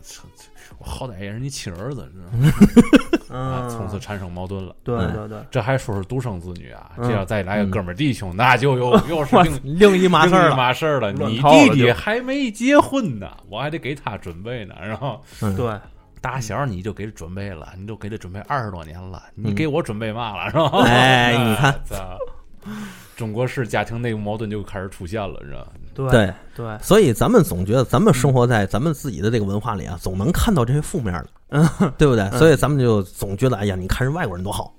Speaker 2: 我好歹也是你亲儿子，是吧啊，
Speaker 1: 嗯，
Speaker 2: 从此产生矛盾了。
Speaker 3: 对
Speaker 1: 嗯
Speaker 3: 对对，
Speaker 2: 这还说是独生子女啊，
Speaker 3: 嗯
Speaker 2: 这要再来个哥们儿弟兄，那就 又又是另
Speaker 1: 另一码事儿
Speaker 2: 另一
Speaker 1: 了。
Speaker 2: 码事儿了。
Speaker 3: 乱
Speaker 2: 你
Speaker 3: 套了
Speaker 2: 弟弟
Speaker 3: 就
Speaker 2: 还没结婚呢，我还得给他准备呢。然 后
Speaker 1: 嗯，
Speaker 3: 对，
Speaker 2: 打小你就给他准备了，你就给他准备二十多年了，你
Speaker 1: 嗯
Speaker 2: 给我准备嘛了是吧？
Speaker 1: 哎你看
Speaker 2: 那，操 中国式家庭内部矛盾就开始出现了，你知道吗？
Speaker 3: 对
Speaker 1: 对，
Speaker 3: 对，
Speaker 1: 所以咱们总觉得咱们
Speaker 2: 嗯
Speaker 1: 生活在咱们自己的这个文化里啊，总能看到这些负面的，
Speaker 2: 嗯
Speaker 1: 对不对？所以咱们就总觉得，哎呀，你看人外国人多好，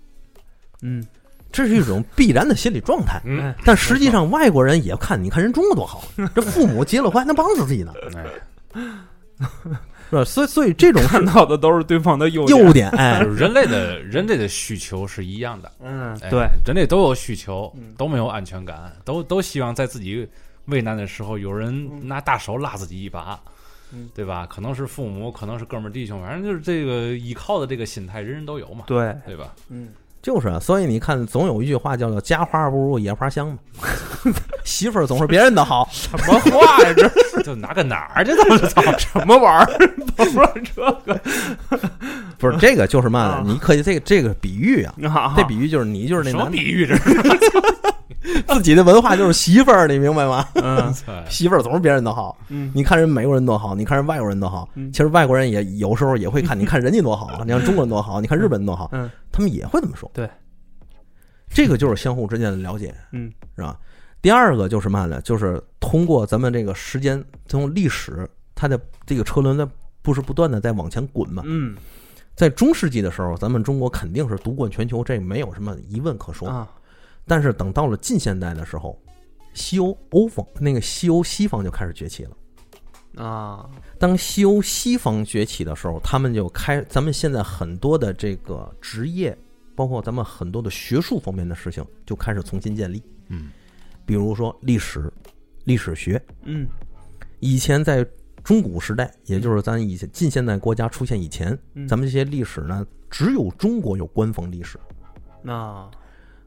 Speaker 3: 嗯，
Speaker 1: 这是一种必然的心理状态。
Speaker 2: 嗯，
Speaker 3: 哎，
Speaker 1: 但实际上，外国人也看，你看人中国多 好，这父母结了婚还能帮着自己呢，
Speaker 2: 哎，
Speaker 1: 是吧？所以，所以 这种是
Speaker 3: 看到的都是对方的优
Speaker 1: 优点，
Speaker 3: 点，
Speaker 1: 哎
Speaker 2: 就，是人类的人类的需求是一样的，
Speaker 3: 嗯，
Speaker 2: 哎
Speaker 3: 对，，
Speaker 2: 人类都有需求
Speaker 3: 嗯，
Speaker 2: 都没有安全感，都都希望在自己危难的时候有人拿大手拉自己一把
Speaker 3: 嗯，
Speaker 2: 对吧？可能是父母，可能是哥们儿弟兄，反正就是这个依靠的这个心态，人人都有嘛，
Speaker 3: 对，
Speaker 2: 对 吧？
Speaker 3: 嗯，
Speaker 1: 就是啊。所以你看，总有一句话叫做“家花不如野花香”嘛， 媳妇儿总是别人的 好，
Speaker 2: 什么话呀？这 就哪个哪儿去？这都是操！
Speaker 3: 什么玩意儿？不是这个
Speaker 1: 不是这个就是嘛呢
Speaker 3: 啊？
Speaker 1: 你可以这个这个比喻啊，
Speaker 3: 啊，
Speaker 1: 这比喻就是你就是那
Speaker 2: 什
Speaker 1: 男
Speaker 2: 么
Speaker 1: 的
Speaker 2: 比喻这
Speaker 1: 自己的文化就是媳妇儿，你明白吗？
Speaker 3: 嗯
Speaker 2: 是？哎
Speaker 1: 媳妇儿总是别人的好，
Speaker 3: 嗯，
Speaker 1: 你看人美国人多好，你看人外国人多好。
Speaker 3: 嗯
Speaker 1: 其实外国人也有时候也会看，你看人家多 好，你看中国人多好，你看日本人多好，
Speaker 3: 嗯
Speaker 1: 他们也会这么说。
Speaker 3: 对，
Speaker 1: 这个就是相互之间的了解，
Speaker 3: 嗯，
Speaker 1: 是吧？第二个就是什么呢？就是通过咱们这个时间，从历史，它的这个车轮在不是不断的在往前滚嘛。
Speaker 3: 嗯
Speaker 1: 在中世纪的时候，咱们中国肯定是独冠全球，这没有什么疑问可说。
Speaker 3: 啊，
Speaker 1: 但是等到了近现代的时候，西欧欧方那个西欧西方就开始崛起了。
Speaker 3: 啊，
Speaker 1: 当西欧西方崛起的时候，他们就开咱们现在很多的这个职业，包括咱们很多的学术方面的事情，就开始重新建立。
Speaker 2: 嗯，
Speaker 1: 比如说历史、历史学，
Speaker 3: 嗯
Speaker 1: 以前在中古时代，也就是咱以前近现代国家出现以前，
Speaker 3: 嗯
Speaker 1: 咱们这些历史呢，只有中国有官方历史，
Speaker 3: 那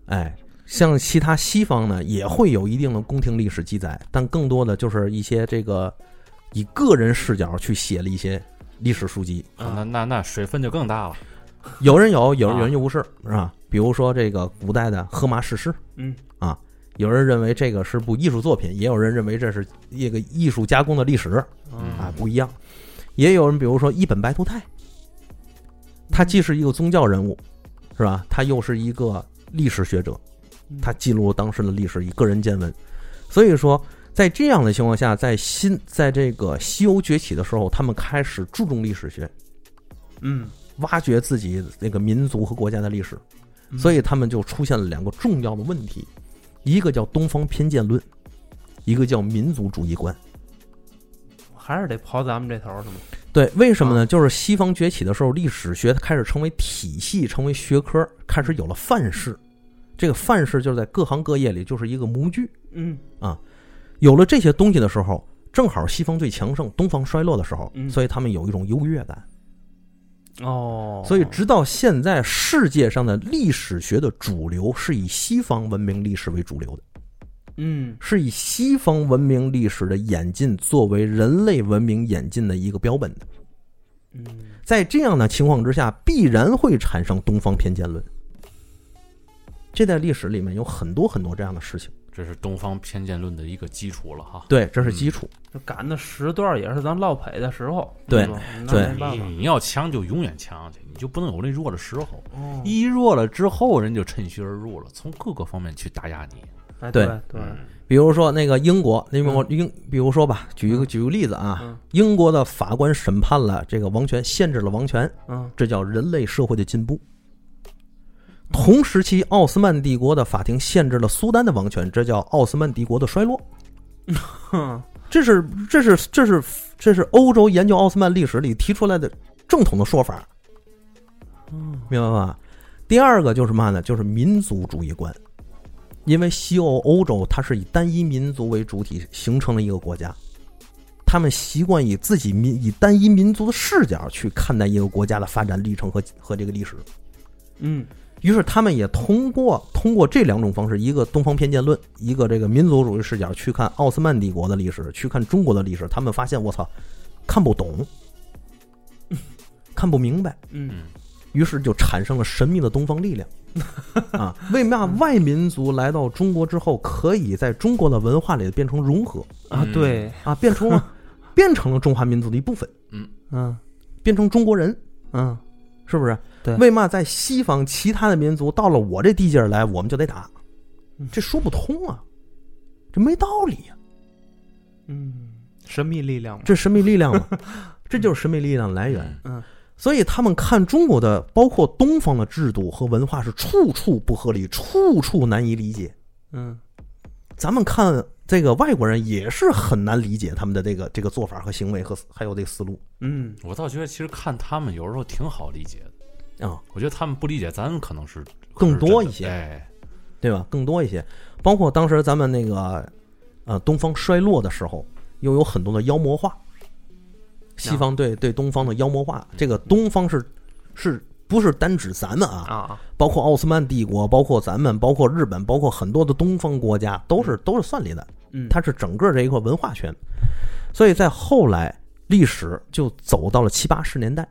Speaker 1: 哎，像其他西方呢，也会有一定的宫廷历史记载，但更多的就是一些这个以个人视角去写了一些历史书籍。
Speaker 3: 啊
Speaker 2: 那那那水分就更大了。
Speaker 1: 有人有，有
Speaker 2: 啊
Speaker 1: 人就不是，是吧？比如说这个古代的荷马史诗，
Speaker 3: 嗯
Speaker 1: 有人认为这个是部艺术作品，也有人认为这是一个艺术加工的历史啊
Speaker 3: 啊，
Speaker 1: 不一样。也有人，比如说一本白图泰，他既是一个宗教人物，是吧？他又是一个历史学者，
Speaker 3: 嗯
Speaker 1: 他记录当时的历史，以个人见闻。所以说，在这样的情况下，在新在这个西欧崛起的时候，他们开始注重历史学，
Speaker 3: 嗯，
Speaker 1: 挖掘自己那个民族和国家的历史，
Speaker 3: 嗯
Speaker 1: 所以他们就出现了两个重要的问题，一个叫东方偏见论，一个叫民族主义观。
Speaker 3: 还是得刨咱们这头儿是吗？
Speaker 1: 对，为什么呢？就是西方崛起的时候，历史学开始成为体系，成为学科，开始有了范式。这个范式就是在各行各业里就是一个模具。
Speaker 3: 嗯
Speaker 1: 有了这些东西的时候，正好西方最强盛，东方衰落的时候，
Speaker 3: 嗯
Speaker 1: 所以他们有一种优越感。
Speaker 3: 哦，
Speaker 1: 所以直到现在，世界上的历史学的主流是以西方文明历史为主流的，
Speaker 3: 嗯
Speaker 1: 是以西方文明历史的演进作为人类文明演进的一个标本的。
Speaker 3: 嗯
Speaker 1: 在这样的情况之下，必然会产生东方偏见论。这在历史里面有很多很多这样的事情，
Speaker 2: 这是东方偏见论的一个基础了哈。
Speaker 1: 对，这是
Speaker 3: 嗯
Speaker 1: 基础。
Speaker 3: 这赶的时段儿也是咱落赔的时候，
Speaker 1: 对
Speaker 3: 是吧那
Speaker 1: 对
Speaker 3: 没办
Speaker 2: 你
Speaker 3: 法，
Speaker 2: 你要强就永远强去，你就不能有那弱的时候。
Speaker 3: 哦
Speaker 2: 一弱了之后，人就趁虚而入了，从各个方面去打压你。
Speaker 3: 哎
Speaker 1: 对
Speaker 3: 对，
Speaker 1: 比如说那个英国，那英国英，比如说吧，举一个举个例子啊
Speaker 3: 嗯，
Speaker 1: 英国的法官审判了这个王权，限制了王权，
Speaker 3: 嗯
Speaker 1: 这叫人类社会的进步。同时期奥斯曼帝国的法庭限制了苏丹的王权，这叫奥斯曼帝国的衰落。
Speaker 3: 嗯哼
Speaker 1: 这是这是这是这是欧洲研究奥斯曼历史里提出来的正统的说法，
Speaker 3: 嗯
Speaker 1: 明白吧？第二个就是嘛呢？就是民族主义观，因为西欧欧洲它是以单一民族为主体形成了一个国家，他们习惯以自己民以单一民族的视角去看待一个国家的发展历程和和这个历史，
Speaker 3: 嗯
Speaker 1: 于是他们也通过通过这两种方式，一个东方偏见论，一个这个民族主义视角去看奥斯曼帝国的历史，去看中国的历史，他们发现我操，看不懂，看不明白，
Speaker 3: 嗯
Speaker 2: 嗯
Speaker 1: 于是就产生了神秘的东方力量啊！为嘛外民族来到中国之后，可以在中国的文化里变成融合
Speaker 3: 啊，
Speaker 2: 嗯
Speaker 3: 对，
Speaker 1: 啊，变成了变成了中华民族的一部分，
Speaker 3: 嗯
Speaker 1: 变成中国人，
Speaker 3: 嗯，
Speaker 1: 是不是？
Speaker 3: 对
Speaker 1: 为嘛在西方其他的民族到了我这地界儿来，我们就得打
Speaker 3: 嗯？
Speaker 1: 这说不通啊，这没道理呀、
Speaker 3: 嗯，神秘力量嘛，
Speaker 1: 这神秘力量嘛， 这就是神秘力量来源。
Speaker 3: 嗯
Speaker 1: 所以他们看中国的，包括东方的制度和文化是处处不合理，处处难以理解。
Speaker 3: 嗯
Speaker 1: 咱们看这个外国人也是很难理解他们的这个这个做法和行为和还有这个思路
Speaker 3: 嗯
Speaker 2: 我倒觉得其实看他们有时候挺好理解的，
Speaker 1: 啊、
Speaker 2: 我觉得他们不理解咱可能是
Speaker 1: 更多一
Speaker 2: 可是
Speaker 1: 些，
Speaker 2: 真的哎，
Speaker 1: 对吧？更多一些，包括当时咱们那个呃东方衰落的时候，又有很多的妖魔化，西方对对东方的妖魔化，这个东方是是不是单指咱们啊？
Speaker 3: 啊，
Speaker 1: 包括奥斯曼帝国，包括咱们，包括日本，包括很多的东方国家，都是都是算里的，
Speaker 3: 嗯，
Speaker 1: 它是整个这一块文化圈。所以在后来历史就走到了七八十年代，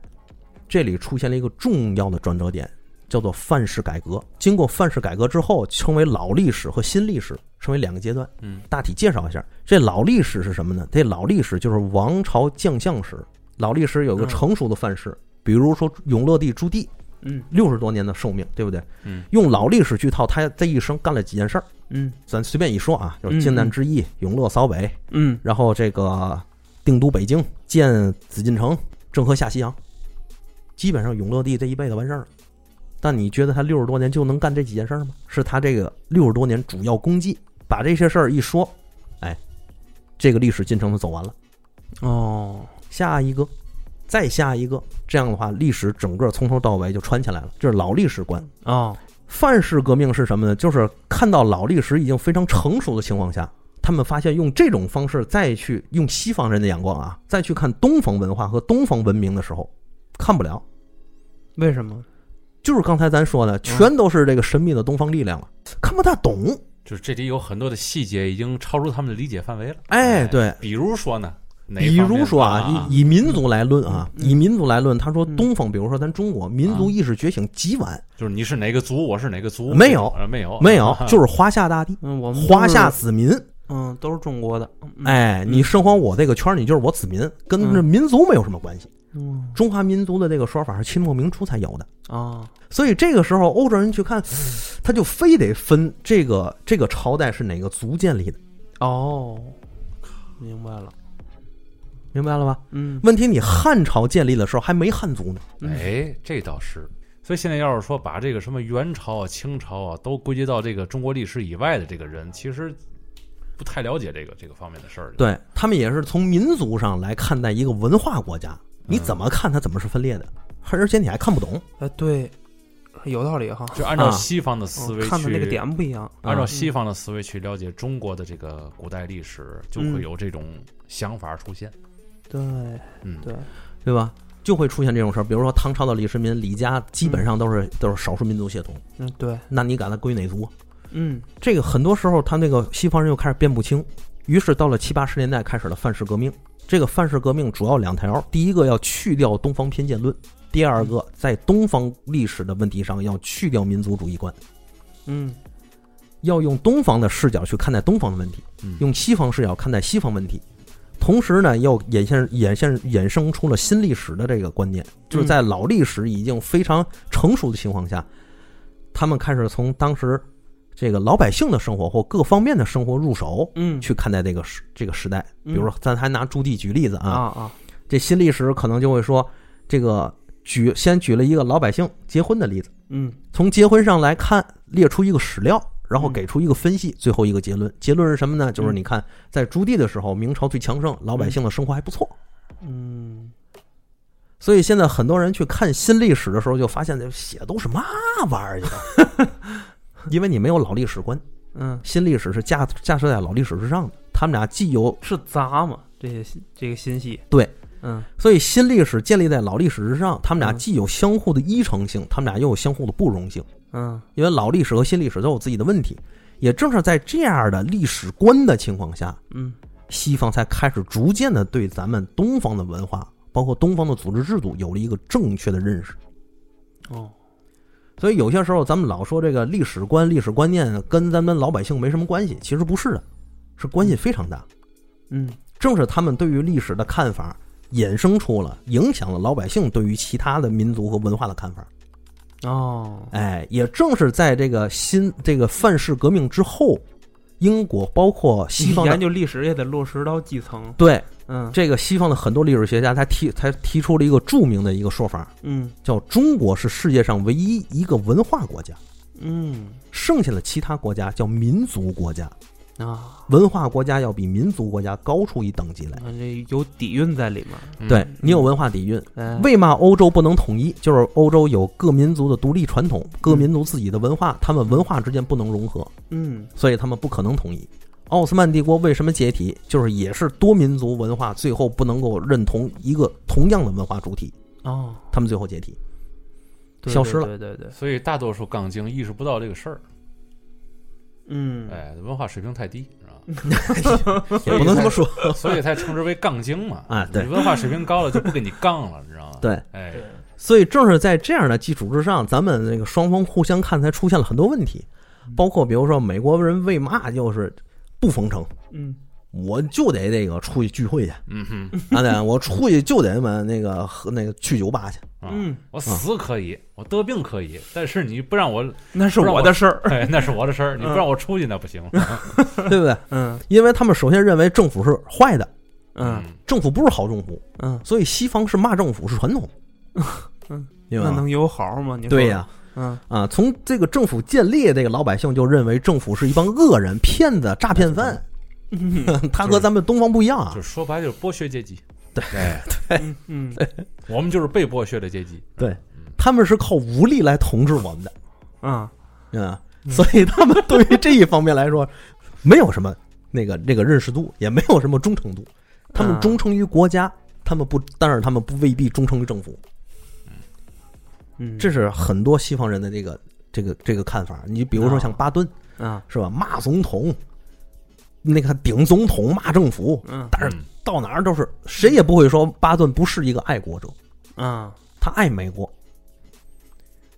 Speaker 1: 这里出现了一个重要的转折点，叫做范式改革。经过范式改革之后，称为老历史和新历史，成为两个阶段。
Speaker 2: 嗯
Speaker 1: 大体介绍一下，这老历史是什么呢？这老历史就是王朝将相史，老历史有个
Speaker 3: 嗯
Speaker 1: 成熟的范式，比如说永乐帝朱棣。
Speaker 3: 嗯
Speaker 1: 六十多年的寿命，对不对？
Speaker 2: 嗯，
Speaker 1: 用老历史去套，他这一生干了几件事儿，
Speaker 3: 嗯
Speaker 1: 咱随便一说啊，就是
Speaker 3: 嗯
Speaker 1: 靖难之役、永乐扫北，
Speaker 3: 嗯
Speaker 1: 然后这个定都北京、建紫禁城、郑和下西洋，基本上永乐帝这一辈子完事儿了。但你觉得他六十多年就能干这几件事儿吗？是他这个六十多年主要功绩，把这些事儿一说，哎，这个历史进程就走完了。
Speaker 3: 哦，
Speaker 1: 下一个，再下一个，这样的话，历史整个从头到尾就穿起来了，这是老历史观。
Speaker 3: 哦，
Speaker 1: 范式革命是什么呢？就是看到老历史已经非常成熟的情况下，他们发现用这种方式再去用西方人的眼光啊，再去看东方文化和东方文明的时候，看不了。
Speaker 3: 为什么？
Speaker 1: 就是刚才咱说的，全都是这个神秘的东方力量了，看不大懂。
Speaker 2: 就是这里有很多的细节已经超出他们的理解范围了。
Speaker 1: 哎，对，
Speaker 2: 比如说呢，哪
Speaker 1: 比
Speaker 2: 方面
Speaker 1: 如说
Speaker 2: 啊
Speaker 1: 啊，，以以民族来论啊，
Speaker 3: 嗯
Speaker 1: 以民族来论，他说
Speaker 3: 嗯
Speaker 1: 东方，比如说咱中国民族意识觉醒极晚，
Speaker 2: 就是你是哪个族，我是哪个族，
Speaker 1: 没有
Speaker 2: 呃没有，
Speaker 1: 没有，
Speaker 2: 啊
Speaker 1: 就是华夏大地，
Speaker 3: 嗯，我们都
Speaker 1: 华
Speaker 3: 是
Speaker 1: 夏子民。
Speaker 3: 嗯都是中国的，嗯，
Speaker 1: 哎，你生活我这个圈儿，你就是我子民，跟这
Speaker 3: 嗯
Speaker 1: 民族没有什么关系。
Speaker 3: 嗯
Speaker 1: 中华民族的这个说法是清末明初才有的，
Speaker 3: 啊，
Speaker 1: 所以这个时候欧洲人去看，
Speaker 3: 嗯
Speaker 1: 他就非得分这个这个朝代是哪个族建立的，
Speaker 3: 哦，明白了，
Speaker 1: 明白了吧？
Speaker 3: 嗯
Speaker 1: 问题你汉朝建立的时候还没汉族呢，
Speaker 2: 哎，这倒是。所以现在要是说把这个什么元朝啊、清朝啊都归结到这个中国历史以外的这个人，其实不太了解这个这个方面的事儿。，
Speaker 1: 对他们也是从民族上来看待一个文化国家，
Speaker 3: 嗯
Speaker 1: 你怎么看它怎么是分裂的，而且你还看不懂。
Speaker 3: 哎对，有道理哈，
Speaker 2: 就按照
Speaker 1: 啊
Speaker 2: 西方的思维
Speaker 3: 嗯
Speaker 2: 去、
Speaker 3: 看的那个点嗯不一样，
Speaker 2: 按照西方的思维去了解中国的这个古代历史，就会有这种想法出现。
Speaker 3: 对
Speaker 2: 嗯，
Speaker 3: 对，
Speaker 1: 对吧？就会出现这种事儿，比如说唐朝的李世民、李家基本上都是、都是少数民族血统，
Speaker 3: 嗯对，
Speaker 1: 那你敢他归哪族？
Speaker 3: 嗯
Speaker 1: 这个很多时候，他那个西方人又开始辨不清，于是到了七八十年代开始了范式革命。这个范式革命主要两条：第一个要去掉东方偏见论，第二个在东方历史的问题上要去掉民族主义观，
Speaker 3: 嗯
Speaker 1: 要用东方的视角去看待东方的问题，
Speaker 2: 嗯
Speaker 1: 用西方视角看待西方问题。同时呢，又衍现、衍现、衍生出了新历史的这个观念，
Speaker 3: 嗯
Speaker 1: 就是在老历史已经非常成熟的情况下，他们开始从当时这个老百姓的生活或各方面的生活入手，
Speaker 3: 嗯
Speaker 1: 去看待这个时这个时代。比
Speaker 3: 嗯
Speaker 1: 如说，咱还拿朱棣举例子
Speaker 3: 啊
Speaker 1: 啊，
Speaker 3: 啊
Speaker 1: 这新历史可能就会说，这个举先举了一个老百姓结婚的例子，
Speaker 3: 嗯
Speaker 1: 从结婚上来看，列出一个史料。然后
Speaker 3: 嗯
Speaker 1: 给出一个分析，最后一个结论。结论是什么呢？就是
Speaker 3: 嗯
Speaker 1: 你看，在朱棣的时候，明朝最强盛，老百姓的生活还不错。
Speaker 3: 嗯
Speaker 1: 所以现在很多人去看新历史的时候，就发现这写的都是嘛玩意儿去的，因为你没有老历史观，
Speaker 3: 嗯
Speaker 1: 新历史是架架设在老历史之上的，他们俩既有
Speaker 3: 是杂嘛这些信这个信息
Speaker 1: 对，
Speaker 3: 嗯
Speaker 1: 所以新历史建立在老历史之上，他们俩
Speaker 3: 嗯
Speaker 1: 既有相互的依承性，他们俩又有相互的不容性，
Speaker 3: 嗯
Speaker 1: 因为老历史和新历史都有自己的问题。也正是在这样的历史观的情况下，
Speaker 3: 嗯
Speaker 1: 西方才开始逐渐的对咱们东方的文化，包括东方的组织制度有了一个正确的认识。
Speaker 3: 哦，
Speaker 1: 所以有些时候咱们老说这个历史观、历史观念跟咱们老百姓没什么关系，其实不是的，是关系非常大。
Speaker 3: 嗯
Speaker 1: 正是他们对于历史的看法，衍生出了影响了老百姓对于其他的民族和文化的看法。
Speaker 3: 哦，
Speaker 1: 哎，也正是在这个新这个范式革命之后，英国包括西方的
Speaker 3: 研究历史也得落实到基层。
Speaker 1: 对
Speaker 3: 嗯
Speaker 1: 这个西方的很多历史学家，他提才提出了一个著名的一个说法，
Speaker 3: 嗯
Speaker 1: 叫中国是世界上唯一一个文化国家，
Speaker 3: 嗯
Speaker 1: 剩下的其他国家叫民族国家。
Speaker 3: 啊，
Speaker 1: 文化国家要比民族国家高出一等级来。
Speaker 3: 那这有底蕴在里面。
Speaker 2: 嗯
Speaker 1: 对你有文化底蕴，
Speaker 3: 哎、
Speaker 1: 为嘛欧洲不能统一？就是欧洲有各民族的独立传统，各民族自己的文化，他们文化之间不能融合，
Speaker 3: 嗯
Speaker 1: 所以他们不可能统一。奥斯曼帝国为什么解体？就是也是多民族文化最后不能够认同一个同样的文化主体，
Speaker 3: 哦，
Speaker 1: 他们最后解 体。
Speaker 3: 对
Speaker 1: 消失了
Speaker 3: 对对对对，
Speaker 2: 所以大多数杠精意识不到这个事儿，
Speaker 3: 嗯，
Speaker 2: 哎，文化水平太低，是吧？
Speaker 1: 也不能这么说，
Speaker 2: 所以才 称之为杠精嘛。
Speaker 1: 啊对
Speaker 2: 你文化水平高了就不跟你杠了，你知道吗？
Speaker 1: 对，
Speaker 2: 哎，
Speaker 1: 所以正是在这样的基础之上，咱们那个双方互相看才出现了很多问题，包括比如说美国人为嘛就是不封城，
Speaker 3: 嗯
Speaker 1: 我就得那个出去聚会去，
Speaker 2: 嗯哼，
Speaker 1: 啊 对，我出去就得们那个喝那个去酒吧去，
Speaker 2: 啊
Speaker 3: 嗯，
Speaker 2: 我死可以，
Speaker 1: 啊
Speaker 2: 我得病可以，但是你不让我，
Speaker 3: 那是
Speaker 2: 不让
Speaker 3: 我
Speaker 2: 我
Speaker 3: 的事儿。
Speaker 2: 哎，那是我的事儿，你不让我出去那不行。
Speaker 1: 对不对？
Speaker 3: 嗯
Speaker 1: 因为他们首先认为政府是坏的，
Speaker 3: 嗯
Speaker 1: 政府不是好政府，
Speaker 3: 嗯，
Speaker 1: 所以西方是骂政府是传统，
Speaker 3: 嗯，
Speaker 1: 对
Speaker 3: 那
Speaker 1: 吧？
Speaker 3: 能有好吗？你说
Speaker 1: 对呀、
Speaker 3: 嗯
Speaker 1: 啊，从这个政府建立，这个老百姓就认为政府是一帮恶人、骗子、诈骗犯，
Speaker 3: 嗯
Speaker 1: 他和咱们东方不一样啊
Speaker 2: 就。说白了就是剥削阶级，
Speaker 1: 对
Speaker 2: 哎，
Speaker 3: 嗯嗯，
Speaker 2: 我们就是被剥削的阶级。
Speaker 1: 对，他们是靠武力来统治我们的，
Speaker 3: 啊
Speaker 1: 嗯，所以他们对于这一方面来说，没有什么那个那个认识度，也没有什么忠诚度，他们忠诚于国家，他们不，但是他们不未必忠诚于政府，
Speaker 3: 嗯，
Speaker 1: 这是很多西方人的这个这个这个看法。你比如说像巴顿
Speaker 3: 啊
Speaker 1: 是吧，骂总统，那个顶总统骂政府，
Speaker 3: 嗯
Speaker 1: 但是到哪儿都是谁也不会说巴顿不是一个爱国者，
Speaker 3: 啊，
Speaker 1: 他爱美国，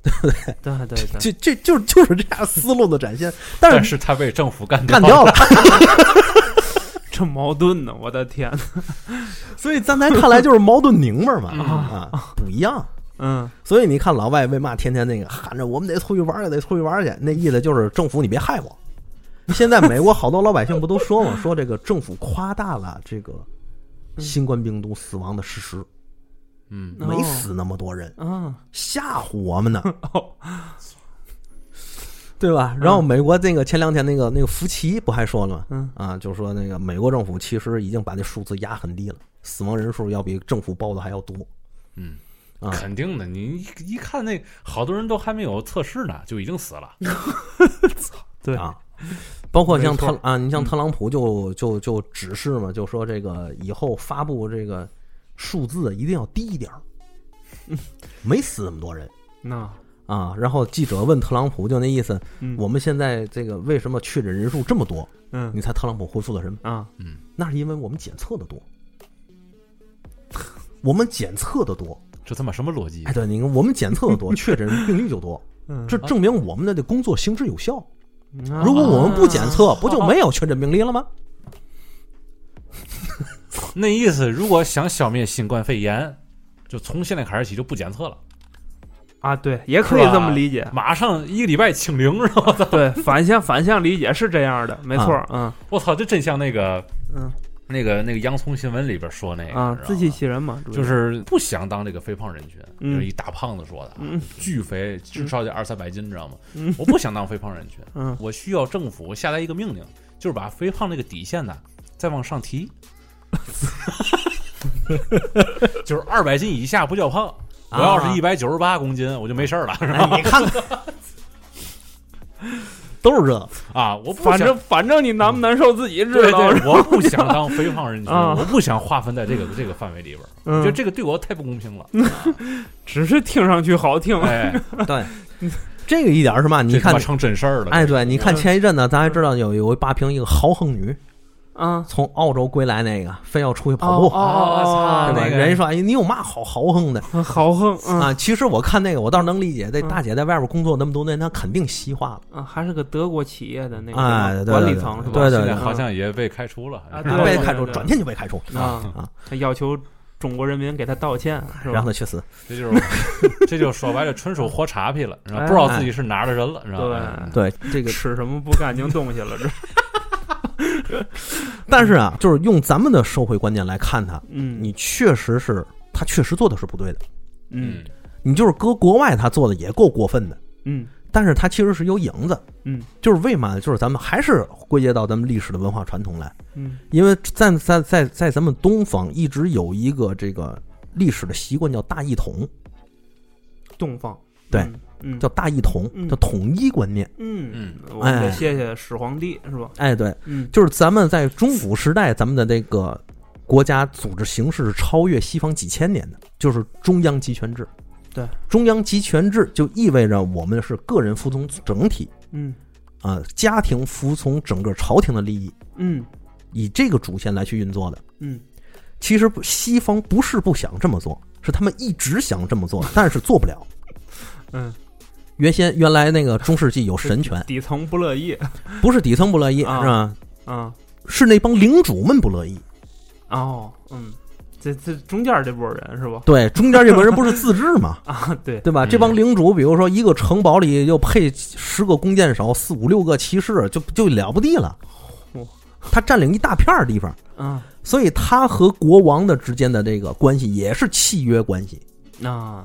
Speaker 3: 对对对，
Speaker 1: 这这就就是这样思路的展现，但
Speaker 2: 但
Speaker 1: 是
Speaker 2: 是他被政府干
Speaker 1: 干掉
Speaker 2: 了。
Speaker 1: 了。
Speaker 3: 这矛盾呢，我的天，
Speaker 1: 所以在咱看来就是矛盾拧巴嘛
Speaker 2: 嗯
Speaker 1: 啊，不一样。
Speaker 3: 嗯
Speaker 1: 所以你看老外为嘛天天那个喊着我们得出去玩儿去，得出去玩儿去，那意思就是政府你别害我。现在美国好多老百姓不都说嘛，说这个政府夸大了这个新冠病毒死亡的事实，
Speaker 2: 嗯，
Speaker 3: 哦
Speaker 1: 没死那么多人，
Speaker 3: 啊
Speaker 1: 吓唬我们呢
Speaker 3: 哦，
Speaker 1: 对吧？然后美国那个前两天那个那个福奇不还说了吗？
Speaker 3: 嗯
Speaker 1: 啊，就说那个美国政府其实已经把那数字压很低了，死亡人数要比政府报的还要多。
Speaker 2: 嗯
Speaker 1: 啊
Speaker 2: 肯定的，你一一看那好多人都还没有测试呢，就已经死了。
Speaker 3: 对嗯
Speaker 1: 啊，包括像
Speaker 2: 没错
Speaker 1: 特啊，你像特朗普就就就指示嘛，就说这个以后发布这个数字一定要低一点 儿，没死那么多人
Speaker 3: 那
Speaker 1: 啊。然后记者问特朗普，就那意思，
Speaker 3: 嗯
Speaker 1: 我们现在这个为什么确诊人数这么多？
Speaker 3: 嗯
Speaker 1: 你猜特朗普回复的什么？
Speaker 3: 啊
Speaker 1: 那是因为我们检测的多，我们检测的多。
Speaker 2: 这他妈什么逻辑
Speaker 1: 哎，？对，你看我们检测的 多，确诊病例就多，
Speaker 3: 嗯，
Speaker 2: 啊
Speaker 1: 这证明我们的这工作行之有效。
Speaker 3: 啊
Speaker 1: 如果我们不检
Speaker 2: 啊
Speaker 1: 测，不就没有确诊病例了吗？
Speaker 2: 那意思，如果想消灭新冠肺炎，就从现在开始起就不检测了，
Speaker 3: 啊，对，也可以
Speaker 2: 是吧
Speaker 3: 这么理解，
Speaker 2: 马上一个礼拜清零，是吧？
Speaker 3: 对，反向反向理解是这样的，
Speaker 1: 啊
Speaker 3: 没错，嗯
Speaker 2: 我操，这真像那个
Speaker 3: 嗯
Speaker 2: 那个那个洋葱新闻里边说那个
Speaker 3: 啊
Speaker 2: 你知道，吗
Speaker 3: 自欺欺人嘛，主要
Speaker 2: 就是不想当这个肥胖人群，
Speaker 3: 嗯
Speaker 2: 就是一大胖子说的啊，
Speaker 3: 嗯
Speaker 2: 巨肥，至少得二三百斤，你知道吗？
Speaker 3: 嗯
Speaker 2: 我不想当肥胖人群，
Speaker 3: 嗯
Speaker 2: 我需要政府下来一个命令，就是把肥胖这个底线呢再往上 提，就是二百斤以下不叫胖。 我要
Speaker 1: 啊
Speaker 2: 是一百九十八公斤，我就没事儿了，是吧？
Speaker 1: 哎，你看看，都是这个，
Speaker 2: 啊，我不
Speaker 3: 反
Speaker 2: 想
Speaker 3: 正反正你难不难受自己知
Speaker 2: 对
Speaker 3: 道，
Speaker 2: 对，我不想当肥胖人群，
Speaker 3: 啊
Speaker 2: 我不想划分在这个这个范围里边儿，我
Speaker 3: 嗯
Speaker 2: 觉得这个对我太不公平了。
Speaker 3: 只是听上去好听，
Speaker 2: 哎，
Speaker 1: 对，这个一点儿是嘛？你
Speaker 2: 这他
Speaker 1: 看
Speaker 3: 哎
Speaker 2: 妈，成真事儿了。
Speaker 1: 哎，对，你看前一阵呢，咱还知道有有一霸屏一个豪横女，
Speaker 3: 啊，
Speaker 1: 从澳洲归来那个，非要出去跑
Speaker 3: 哦
Speaker 1: 步，
Speaker 3: 哦哦哦
Speaker 1: 对吧？
Speaker 2: 那个
Speaker 1: 人家说：“哎，你有嘛好豪横的
Speaker 3: 哦，豪横，嗯
Speaker 1: 啊？”其实我看那个，我倒是能理解，这
Speaker 3: 嗯
Speaker 1: 大姐在外边工作那么多年，她肯定西化了，
Speaker 3: 啊，还是个德国企业的那
Speaker 1: 哎
Speaker 3: 个
Speaker 1: 对
Speaker 3: 管理
Speaker 1: 对对
Speaker 3: 层是吧？
Speaker 1: 对对
Speaker 2: 现
Speaker 1: 对
Speaker 2: 在好像也被开除了，好
Speaker 3: 啊
Speaker 2: 像
Speaker 3: 对
Speaker 1: 啊被开除，
Speaker 3: 对对
Speaker 1: 转天就被开除，
Speaker 3: 啊
Speaker 1: 啊，
Speaker 3: 他要求中国人民给他道歉，是
Speaker 1: 让
Speaker 3: 吧？
Speaker 1: 她
Speaker 3: 嗯
Speaker 1: 去死。
Speaker 2: 这就是 这就说白了，纯属活茶屁了，然后不知道自己是哪嗯儿的人了，然后
Speaker 1: 对
Speaker 3: 对
Speaker 1: 嗯这个，
Speaker 3: 吃什么不干净东西了？这，
Speaker 1: 但是啊，就是用咱们的社会观念来看她，
Speaker 3: 嗯，
Speaker 1: 你确实是她确实做的是不对的，
Speaker 3: 嗯
Speaker 1: 你就是搁国外她做的也够过分的，
Speaker 3: 嗯
Speaker 1: 但是它其实是有影子，
Speaker 3: 嗯，
Speaker 1: 就是为嘛？就是咱们还是归结到咱们历史的文化传统来，
Speaker 3: 嗯
Speaker 1: 因为在在在在咱们东方一直有一个这个历史的习惯叫大一统，
Speaker 3: 东方，
Speaker 1: 对
Speaker 3: 嗯，嗯，
Speaker 1: 叫大一统，
Speaker 3: 嗯
Speaker 1: 叫统一观念。
Speaker 3: 嗯
Speaker 2: 嗯，
Speaker 3: 我们得
Speaker 1: 哎
Speaker 3: 谢谢始皇帝是吧？
Speaker 1: 哎，对，
Speaker 3: 嗯
Speaker 1: 就是咱们在中古时代，咱们的这个国家组织形式是超越西方几千年的，就是中央集权制。
Speaker 3: 对，
Speaker 1: 中央集权制就意味着我们是个人服从整体
Speaker 3: 嗯
Speaker 1: 啊、家庭服从整个朝廷的利益，
Speaker 3: 嗯
Speaker 1: 以这个主线来去运作的。
Speaker 3: 嗯
Speaker 1: 其实不西方不是不想这么做，是他们一直想这么做，但是做不了。
Speaker 3: 嗯，
Speaker 1: 原先原来那个中世纪有神 权，
Speaker 3: 底层不乐意
Speaker 1: 不是底层不乐意，是
Speaker 3: 啊
Speaker 1: 吧？
Speaker 3: 啊，
Speaker 1: 是那帮领主们不乐意。
Speaker 3: 哦，嗯，这这中间这波人是吧？
Speaker 1: 对，中间这帮人不是自治嘛，
Speaker 3: 啊，对，
Speaker 1: 对吧？
Speaker 2: 嗯
Speaker 1: 这帮领主，比如说一个城堡里就配十个弓箭手、四五六个骑士，就就了不地了
Speaker 3: 嚯。
Speaker 1: 他占领一大片儿地方，
Speaker 3: 啊，
Speaker 1: 所以他和国王的之间的这个关系也是契约关系，
Speaker 3: 那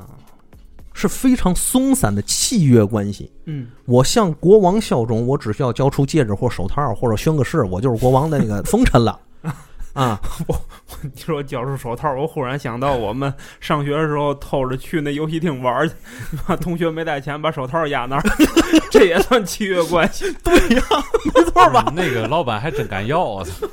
Speaker 1: 是非常松散的契约关系。
Speaker 3: 嗯
Speaker 1: 我向国王效忠，我只需要交出戒指或手套，或者宣个誓，我就是国王的那个 封臣了。啊，
Speaker 3: 你说绞出手套，我忽然想到我们上学的时候偷着去那游戏厅玩儿去， 把同学没带钱，把手套压那儿， 这也算契约关系。
Speaker 2: 错吧？那个老板还真敢要，我操！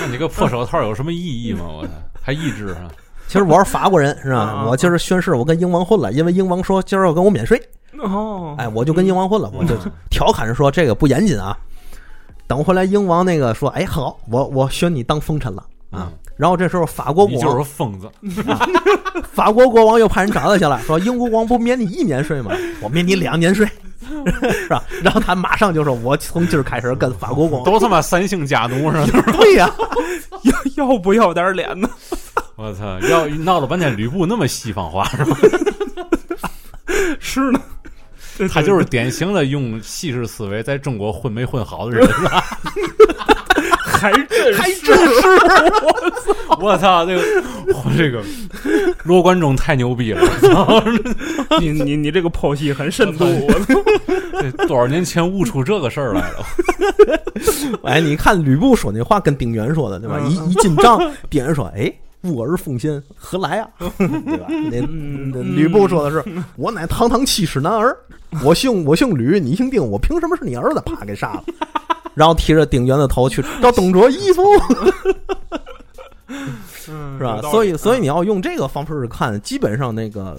Speaker 2: 那你个破手套有什么意义吗？我操，还意志啊？
Speaker 1: 其实我是法国人，是
Speaker 3: 啊
Speaker 1: 吧？我今儿宣誓，我跟英王混了，因为英王说今儿要跟我免税，
Speaker 3: 哦，
Speaker 1: 哎，我就跟英王混了，我就
Speaker 2: 嗯
Speaker 1: 调侃着说这个不严谨啊。等回来，英王那个说，哎，好，我我宣你当封臣了啊。然后这时候法国
Speaker 2: 嗯你
Speaker 1: 国
Speaker 2: 就是
Speaker 1: 王，
Speaker 2: 个疯子，
Speaker 1: 法国国王又派人找他去了，说英国王不免你一年税吗？我免你两 年税，是吧？然后他马上就说，我从今儿开始跟法国国王
Speaker 2: 都他妈三姓家奴是吧？
Speaker 1: 对呀、
Speaker 3: 要要不要点脸呢？
Speaker 2: 我操！要闹了半天，吕布那么西方化，
Speaker 3: 是呢，这
Speaker 2: 他就是典型的用西式思维在中国混没混好的人。
Speaker 3: 还真
Speaker 1: 还真是。
Speaker 2: 我操，这个我这个罗贯中太牛逼了！我操
Speaker 3: 你你你这个剖析很深度，
Speaker 2: 这多少年前悟出这个事儿来了？
Speaker 1: 哎，你看吕布说那话跟丁原说的，对吧？
Speaker 3: 嗯
Speaker 1: 一一进帐，丁原说：“哎，吾儿奉先，何来啊？”对吧？那那
Speaker 3: 嗯
Speaker 1: 吕布说的是：“我乃堂堂七尺男儿，我姓我姓吕，你姓丁，我凭什么是你儿子？”啪，给杀了。然后提着丁原的头去找董卓义父，
Speaker 3: 是嗯
Speaker 1: 是吧？所
Speaker 3: 啊
Speaker 1: 以，所以你要用这个方式看，基本上那个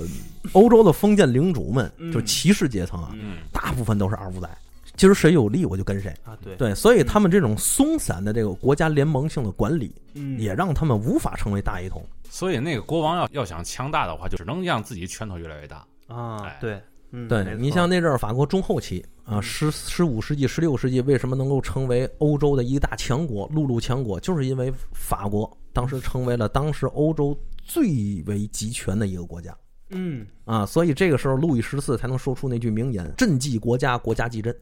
Speaker 1: 欧洲的封建领主们，就
Speaker 3: 嗯
Speaker 1: 骑士阶层啊，
Speaker 2: 嗯，
Speaker 1: 大部分都是二五仔，今儿谁有利我就跟谁。
Speaker 3: 啊，对，
Speaker 1: 对，所以他们这种松散的这个国家联盟性的管理，
Speaker 3: 嗯
Speaker 1: 也让他们无法成为大一统。
Speaker 2: 所以那个国王要要想强大的话，就只能让自己拳头越来越大。
Speaker 3: 啊
Speaker 2: 哎，
Speaker 3: 对，嗯
Speaker 1: 对
Speaker 3: 没
Speaker 1: 你
Speaker 3: 错
Speaker 1: 像那阵儿法国中后期啊，
Speaker 3: 嗯
Speaker 1: 十十五世纪、十六世纪，为什么能够成为欧洲的一大强国、陆路强国，就是因为法国当时成为了当时欧洲最为集权的一个国家
Speaker 3: 嗯
Speaker 1: 啊，所以这个时候路易十四才能说出那句名言：“朕即国家，国家即朕”，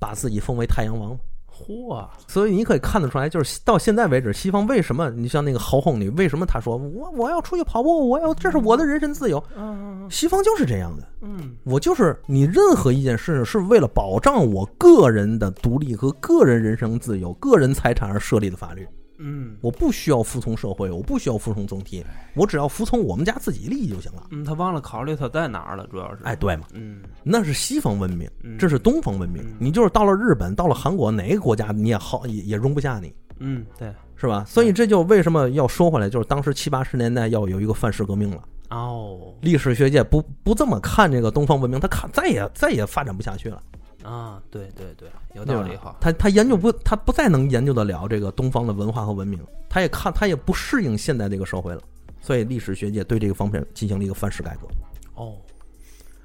Speaker 1: 把自己封为太阳王嘛。
Speaker 3: 嚯，
Speaker 1: 所以你可以看得出来，就是到现在为止，西方为什么你像那个豪横女，为什么她说我我要出去跑步，我要这是我的人身自由？
Speaker 3: 嗯
Speaker 1: 西方就是这样的，
Speaker 3: 嗯
Speaker 1: 我就是你任何一件事情是为了保障我个人的独立和个人人身自由、个人财产而设立的法律，
Speaker 3: 嗯
Speaker 1: 我不需要服从社会，我不需要服从总体，
Speaker 3: 哎
Speaker 1: 我只要服从我们家自己利益就行了。
Speaker 3: 嗯，他忘了考虑他在哪儿了，主要是，
Speaker 1: 哎，，对嘛，
Speaker 3: 嗯，
Speaker 1: 那是西方文明，
Speaker 3: 嗯
Speaker 1: 这是东方文明
Speaker 3: 嗯。
Speaker 1: 你就是到了日本，到了韩国，哪个国家你也好也也容不下你。
Speaker 3: 嗯，对，
Speaker 1: 是吧？所以这就为什么要说回来，就是当时七八十年代要有一个范式革命了。
Speaker 3: 哦，
Speaker 1: 历史学界不不这么看这个东方文明，他看再也再也发展不下去了。
Speaker 3: 啊，对对对，啊有
Speaker 1: 对
Speaker 3: 道
Speaker 1: 吧
Speaker 3: 理哈。嗯
Speaker 1: 他他研究不，他不再能研究得了这个东方的文化和文明，他也看他也不适应现代这个社会了，所以历史学界对这个方面进行了一个范式改革。
Speaker 3: 哦，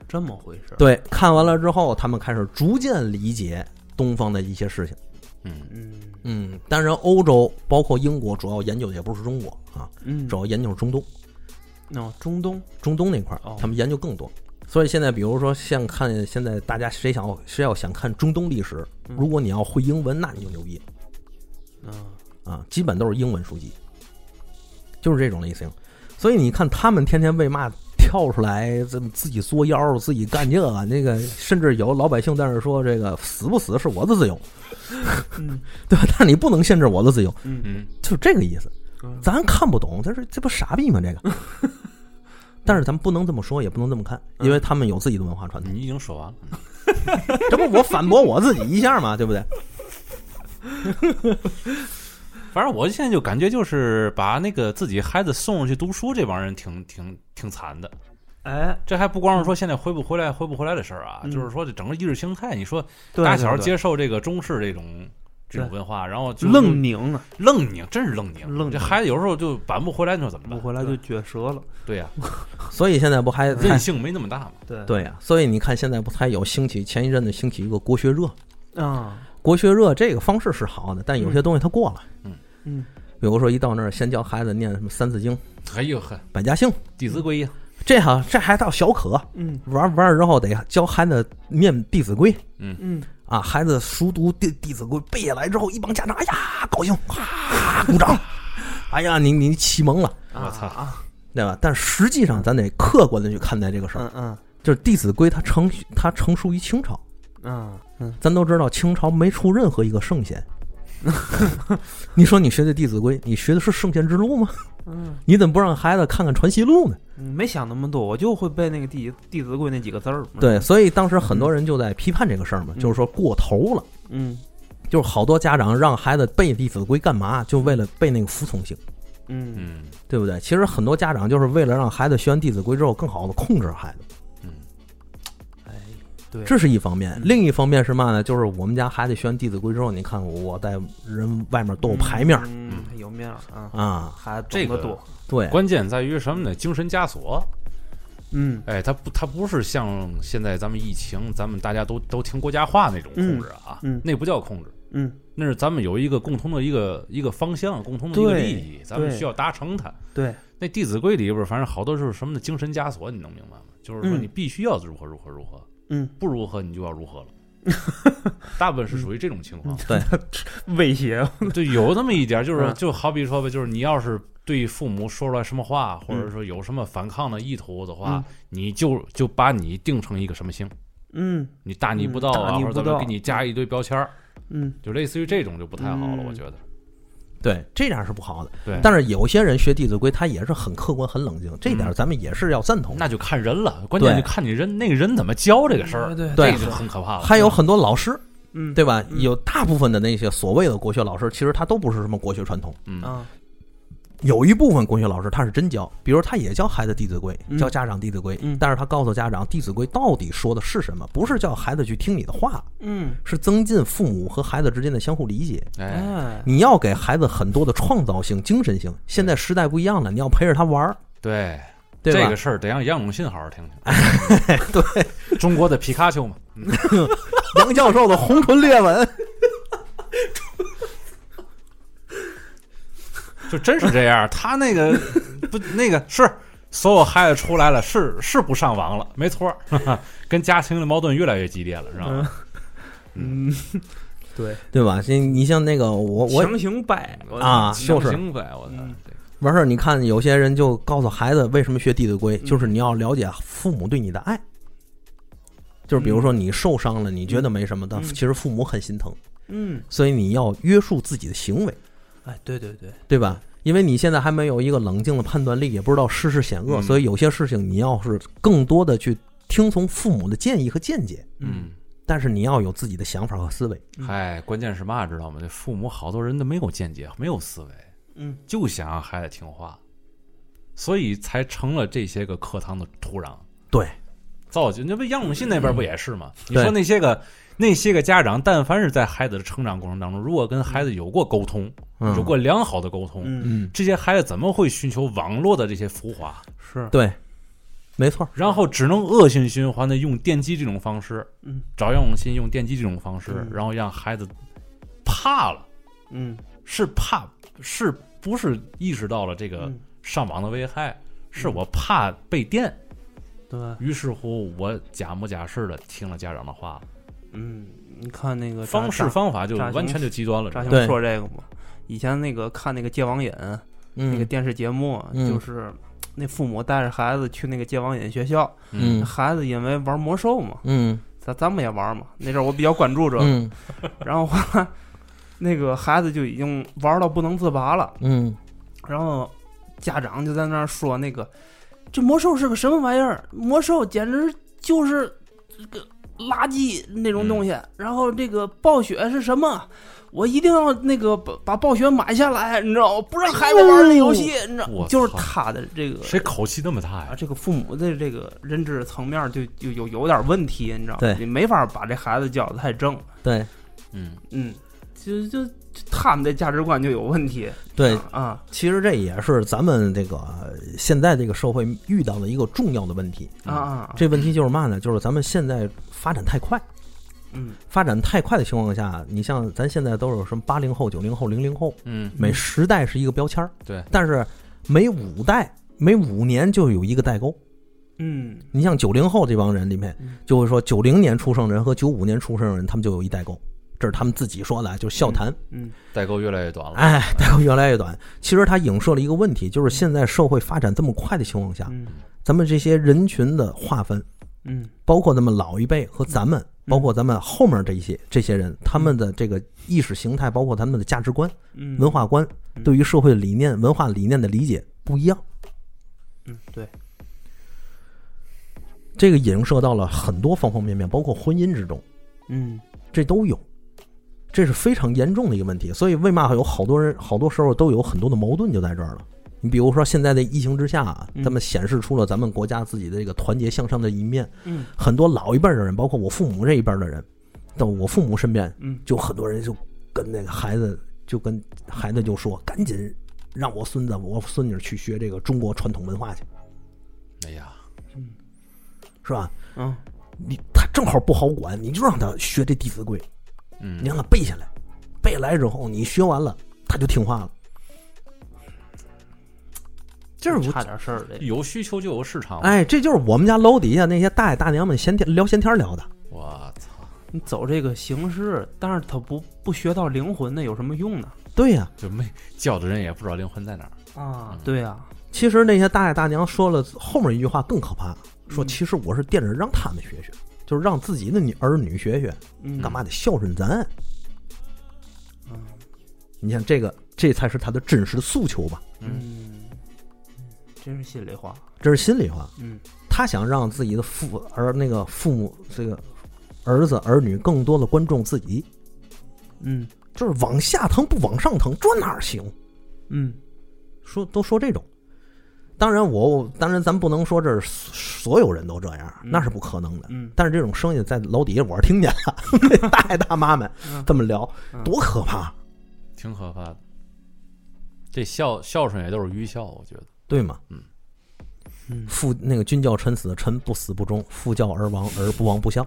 Speaker 3: 这么回事。，
Speaker 1: 对，看完了之后，他们开始逐渐理解东方的一些事情。
Speaker 2: 嗯，
Speaker 3: 嗯
Speaker 1: 嗯，当然，欧洲包括英国主要研究的也不是中国啊，
Speaker 3: 嗯，
Speaker 1: 主要研究是中东，
Speaker 3: 那、哦、中东
Speaker 1: 中东那块儿
Speaker 3: 哦
Speaker 1: 他们研究更多。所以现在，比如说像看现在大家谁想要谁要想看中东历史，
Speaker 3: 嗯
Speaker 1: 如果你要会英文，那你就牛逼
Speaker 3: 嗯
Speaker 1: 啊，基本都是英文书籍，就是这种类型。所以你看他们天天为嘛跳出来，这么自己作妖，自己干这个那个，甚至有老百姓在那儿说这个死不死是我的自由，
Speaker 3: 嗯
Speaker 1: 对吧？但你不能限制我的自由，
Speaker 3: 嗯
Speaker 2: 嗯，
Speaker 1: 就这个意思。
Speaker 3: 嗯
Speaker 1: 咱看不懂，这是这不傻逼吗？这个，但是咱们不能这么说，也不能这么看，因为他们有自己的文化传统。
Speaker 2: 嗯你已经说完了，
Speaker 1: 这不我反驳我自己一下嘛，对不对？
Speaker 2: 反正我现在就感觉就是把那个自己孩子送上去读书这帮人挺挺挺惨的。
Speaker 3: 哎，
Speaker 2: 这还不光是说现在回不回来、回不回来的事儿啊，
Speaker 3: 嗯
Speaker 2: 就是说这整个意识形态，你说
Speaker 3: 对
Speaker 2: 打小
Speaker 3: 对对
Speaker 2: 接受这个中式这种这种文化，然后就
Speaker 3: 愣拧了，
Speaker 2: 愣拧，真是愣拧，
Speaker 3: 愣拧
Speaker 2: 这孩子有时候就扳不回来，你说怎么
Speaker 3: 不
Speaker 2: 办？
Speaker 3: 回来就撅折了。
Speaker 2: 对呀、
Speaker 1: 所以现在不还
Speaker 2: 韧
Speaker 1: 还
Speaker 2: 性没那么大 嘛。
Speaker 3: 对
Speaker 1: 对呀、所以你看现在不还有兴起前一阵子兴起一个国学热，
Speaker 3: 啊，
Speaker 1: 国学热这个方式是好的，但有些东西它过了。
Speaker 3: 嗯
Speaker 1: 比如说一到那儿先教孩子念什么《三字经》《
Speaker 2: 哎呦呵，
Speaker 1: 百家姓》，
Speaker 2: 弟子规呀，
Speaker 3: 啊
Speaker 1: 这还这还到小可
Speaker 3: 嗯
Speaker 1: 玩玩儿之后得教孩子念《弟子规》。
Speaker 3: 嗯，
Speaker 1: 啊，孩子熟读《弟弟子规》背下来之后，一帮家长哎呀高兴，哇鼓掌， 哎呀你你启蒙了，
Speaker 2: 我操
Speaker 3: 啊，
Speaker 1: 对吧？但实际上咱得客观的去看待这个事儿，
Speaker 3: 嗯嗯
Speaker 1: 就是《弟子规》它成它成书于清朝，
Speaker 3: 嗯嗯，
Speaker 1: 咱都知道清朝没出任何一个圣 贤。你说你学的《弟子规》，你学的是圣贤之路吗？
Speaker 3: 嗯，
Speaker 1: 你怎么不让孩子看看《传习录》呢？
Speaker 3: 没想那么多，我就会背那个弟弟子规那几个字儿嘛。
Speaker 1: 对，所以当时很多人就在批判这个事儿嘛，就是说过头了，
Speaker 3: 嗯
Speaker 1: 就是好多家长让孩子背《弟子规》干嘛？就为了背那个服从性。
Speaker 3: 嗯
Speaker 2: 嗯
Speaker 1: 对不对？其实很多家长就是为了让孩子学完《弟子规》之后更好的控制孩子，
Speaker 2: 嗯，
Speaker 3: 哎，对，
Speaker 1: 这是一方面
Speaker 3: 嗯。
Speaker 1: 另一方面是嘛呢？就是我们家孩子学完《弟子规》之后，你看我在人外面都有牌面儿
Speaker 3: 嗯，嗯有面儿啊，
Speaker 1: 啊，
Speaker 3: 还懂
Speaker 2: 这
Speaker 3: 得
Speaker 2: 个
Speaker 3: 多。
Speaker 1: 对，
Speaker 2: 关键在于什么呢？精神枷锁。
Speaker 3: 嗯
Speaker 2: 哎，它不，它不是像现在咱们疫情，咱们大家都都听国家话那种控制啊，
Speaker 3: 嗯嗯
Speaker 2: 那不叫控制，
Speaker 3: 嗯，
Speaker 2: 那是咱们有一个共同的一个一个方向，共同的一个
Speaker 3: 对
Speaker 2: 利益，咱们
Speaker 3: 对
Speaker 2: 需要达成它。
Speaker 3: 对，
Speaker 2: 那《弟子规》里边，反正好多就是什么的精神枷锁，你能明白吗？就是说
Speaker 3: 嗯
Speaker 2: 你必须要如何如何如何，
Speaker 3: 嗯，
Speaker 2: 不如何你就要如 何了。大部分是属于这种情况，
Speaker 3: 威胁，啊
Speaker 2: 对，有那么一点，就是
Speaker 3: 嗯
Speaker 2: 就好比说吧，就是你要是对父母说出来什么话，或
Speaker 3: 嗯
Speaker 2: 者说有什么反抗的意图的话，你就就把你定成一个什么星，
Speaker 3: 嗯
Speaker 2: 你大逆不道
Speaker 3: 嗯大
Speaker 2: 啊，
Speaker 3: 逆
Speaker 2: 或者
Speaker 3: 不
Speaker 2: 咱们
Speaker 3: 道
Speaker 2: 给你加一堆标签儿，
Speaker 3: 嗯
Speaker 2: 就类似于这种就不太好了，
Speaker 3: 嗯
Speaker 2: 我觉得。
Speaker 1: 对，这样是不好的。
Speaker 2: 对，
Speaker 1: 但是有些人学《弟子规》，他也是很客观、很冷静，这点
Speaker 2: 嗯
Speaker 1: 咱们也是要赞同的。
Speaker 2: 那就看人了，关键
Speaker 1: 对
Speaker 2: 就看你人那个人怎么教这个事儿，
Speaker 3: 对
Speaker 1: 对
Speaker 2: 这个就很可怕了。
Speaker 1: 还有很多老师，
Speaker 3: 嗯，
Speaker 1: 对吧？
Speaker 3: 嗯
Speaker 1: 有大部分的那些所谓的国学老师，其实他都不是什么国学传统。
Speaker 2: 嗯，
Speaker 3: 啊，
Speaker 1: 有一部分国学老师他是真教，比如他也教孩子《弟子规
Speaker 3: 嗯》，
Speaker 1: 教家长《弟子规》
Speaker 3: 嗯
Speaker 1: 但是他告诉家长《弟子规》到底说的是什么，不是叫孩子去听你的话，
Speaker 3: 嗯，
Speaker 1: 是增进父母和孩子之间的相互理解。
Speaker 2: 哎，
Speaker 3: 哎，
Speaker 1: 你要给孩子很多的创造性、精神性。现在时代不一样了，你要陪着他玩儿，
Speaker 2: 对，
Speaker 1: 对吧？
Speaker 2: 这个事儿得让杨永信好好听听。
Speaker 1: 对，
Speaker 2: 中国的皮卡丘嘛，嗯
Speaker 1: 杨教授的红唇裂纹，
Speaker 2: 就真是这样。他那个不那个是所有孩子出来了，是是不上网了，没错儿， 跟家庭的矛盾越来越激烈了，知道吗？
Speaker 3: 嗯， 对，
Speaker 1: 对吧？你你像那个我我
Speaker 3: 强行掰我
Speaker 1: 啊，就是
Speaker 2: 行呗，我操
Speaker 3: 嗯，
Speaker 2: 这个
Speaker 1: 完事儿。你看有些人就告诉孩子为什么学《弟子规》，就是你要了解父母对你的爱。就是比如说你受伤了，你觉得没什么，但
Speaker 3: 嗯
Speaker 1: 其实父母很心疼，
Speaker 3: 嗯，
Speaker 1: 所以你要约束自己的行为，
Speaker 3: 哎，对对对，
Speaker 1: 对吧？因为你现在还没有一个冷静的判断力，也不知道世事险恶，
Speaker 2: 嗯
Speaker 1: 所以有些事情你要是更多的去听从父母的建议和见解，
Speaker 2: 嗯，
Speaker 1: 但是你要有自己的想法和思维。
Speaker 3: 嗯
Speaker 2: 嗨，哎关键是嘛，知道吗？这父母好多人都没有见解，没有思维，
Speaker 3: 嗯
Speaker 2: 就想让孩子听话，所以才成了这些个课堂的土壤。
Speaker 1: 对，
Speaker 2: 造就。那不杨永信那边不也是吗？
Speaker 3: 嗯
Speaker 2: 你
Speaker 1: 对
Speaker 2: 说那些个那些个家长，但凡是在孩子的成长过程当中，如果跟孩子有过沟通，
Speaker 1: 嗯
Speaker 2: 有过良好的沟通，
Speaker 3: 嗯，
Speaker 1: 嗯，
Speaker 2: 这些孩子怎么会寻求网络的这些浮华？
Speaker 3: 是，
Speaker 1: 对，没错，
Speaker 2: 然后只能恶性循环的用电击这种方式，
Speaker 3: 嗯
Speaker 2: 找杨永信用电击这种方式
Speaker 3: 嗯，
Speaker 2: 然后让孩子怕了，
Speaker 3: 嗯，
Speaker 2: 是怕，是不是意识到了这个
Speaker 3: 嗯
Speaker 2: 上网的危
Speaker 1: 嗯
Speaker 2: 害？是我怕被电，
Speaker 3: 对，
Speaker 2: 于是乎我假模假式的听了家长的话，
Speaker 3: 嗯，你看那个炸
Speaker 2: 方式
Speaker 3: 炸
Speaker 2: 方法就
Speaker 3: 炸
Speaker 2: 完全就极端了。
Speaker 3: 炸
Speaker 1: 对
Speaker 3: 兄说这个嘛，以前那个看那个《戒网瘾》那个
Speaker 1: 嗯
Speaker 3: 电视节目，啊
Speaker 1: 嗯
Speaker 3: 就是那父母带着孩子去那个戒网瘾学校，
Speaker 1: 嗯
Speaker 3: 孩子因为玩魔兽嘛，
Speaker 1: 嗯
Speaker 3: 咱咱们也玩嘛，那阵儿我比较关注这个，
Speaker 1: 嗯
Speaker 3: 然后后来 那个孩子就已经玩到不能自拔了，
Speaker 1: 嗯，
Speaker 3: 然后家长就在那儿说那个这魔兽是个什么玩意儿？魔兽简直就是这个垃圾那种东西。
Speaker 1: 嗯
Speaker 3: 然后这个暴雪是什么？我一定要那个把把暴雪买下来，你知道吗？不让孩子玩那游戏，你知道吗
Speaker 1: 哦
Speaker 2: 我，
Speaker 3: 就是
Speaker 2: 操
Speaker 3: 他的这个
Speaker 2: 谁口气那么大
Speaker 3: 啊，
Speaker 2: 呀？
Speaker 3: 这个父母的这个认知层面就就有有点问题，你知道吗？
Speaker 1: 对
Speaker 3: 你没法把这孩子教的太正，
Speaker 1: 对
Speaker 2: 嗯，
Speaker 3: 嗯，就就就他们的价值观就有问题，
Speaker 1: 对，
Speaker 3: 啊，
Speaker 1: 其实这也是咱们这个呃现在这个社会遇到的一个重要的问题。
Speaker 3: 啊啊，
Speaker 1: 这问题就是嘛呢？就是咱们现在发展太快，
Speaker 3: 嗯
Speaker 1: 发展太快的情况下，你像咱现在都有什么八零后、九零后、零零后，
Speaker 2: 嗯
Speaker 1: 每时代是一个标签儿，
Speaker 2: 对
Speaker 1: 但是每五代、每五年就有一个代沟。
Speaker 3: 嗯
Speaker 1: 你像九零后这帮人里面
Speaker 3: 嗯，
Speaker 1: 就会说九零年出生人和九五年出生人，他们就有一代沟，这是他们自己说的啊，就是笑谈。
Speaker 3: 嗯
Speaker 2: 代沟越来越短了。
Speaker 1: 哎， 代沟越来越短。其实它影射了一个问题，就是现在社会发展这么快的情况下，
Speaker 3: 嗯
Speaker 1: 咱们这些人群的划分，
Speaker 3: 嗯
Speaker 1: 包括咱们老一辈和咱们，包括咱们后面这一些这些人，他们的这个意识形态，包括他们的价值观、
Speaker 3: 嗯，
Speaker 1: 文化观，
Speaker 3: 嗯
Speaker 1: 对于社会理念、文化理念的理解不一样。
Speaker 3: 嗯对，
Speaker 1: 这个影射到了很多方方面面，包括婚姻之中，
Speaker 3: 嗯
Speaker 1: 这都有，这是非常严重的一个问题。所以为嘛有好多人，好多时候都有很多的矛盾就在这儿了。你比如说，现在的疫情之下啊，
Speaker 3: 嗯
Speaker 1: 咱们显示出了咱们国家自己的这个团结向上的一面。
Speaker 3: 嗯
Speaker 1: 很多老一辈儿的人，包括我父母这一辈儿的人，到我父母身边，
Speaker 3: 嗯
Speaker 1: 就很多人就跟那个孩子，就跟孩子就说，赶紧让我孙子、我孙女去学这个中国传统文化去，
Speaker 2: 哎呀，
Speaker 1: 是吧？
Speaker 3: 嗯
Speaker 1: 你他正好不好管，你就让他学这《弟子规》，
Speaker 2: 嗯
Speaker 1: 你，让他背下来，背下来之后你学完了，他就听话了。这是我
Speaker 3: 差点事儿这，
Speaker 2: 有需求就有市场。
Speaker 1: 哎，这就是我们家楼底下那些大爷大娘们闲天聊闲天聊的。
Speaker 2: 我操，
Speaker 3: 你走这个形式，但是他不不学到灵魂的有什么用呢？
Speaker 1: 对呀、
Speaker 2: 就没教的人也不知道灵魂在哪儿。
Speaker 3: 啊，对呀、
Speaker 1: 其实那些大爷大娘说了后面一句话更可怕，说
Speaker 3: 嗯
Speaker 1: 其实我是惦着让他们学学，就是让自己的女儿女学学，
Speaker 3: 嗯，
Speaker 1: 干嘛得孝顺咱？
Speaker 3: 嗯？
Speaker 1: 你像这个，这才是他的真实诉求吧？
Speaker 3: 嗯，真是心里话，
Speaker 1: 这是心里话。
Speaker 3: 嗯
Speaker 1: 他想让自己的父儿那个父母这个儿子儿女更多的关注自己，
Speaker 3: 嗯
Speaker 1: 就是往下疼不往上疼，这哪行？
Speaker 3: 嗯
Speaker 1: 说都说这种。当然我，当然咱不能说这是所有人都这样，啊
Speaker 3: 嗯
Speaker 1: 那是不可能的。
Speaker 3: 嗯，
Speaker 1: 但是这种声音在楼底下我是听见了， 大爷大妈们
Speaker 3: 嗯
Speaker 1: 这么聊，
Speaker 3: 嗯
Speaker 1: 多可怕，
Speaker 2: 挺可怕的。这孝孝顺也都是愚孝，我觉得。
Speaker 1: 对吗？
Speaker 3: 嗯
Speaker 1: 父那个君教臣死，臣不死不忠；父教而亡，而不亡不孝。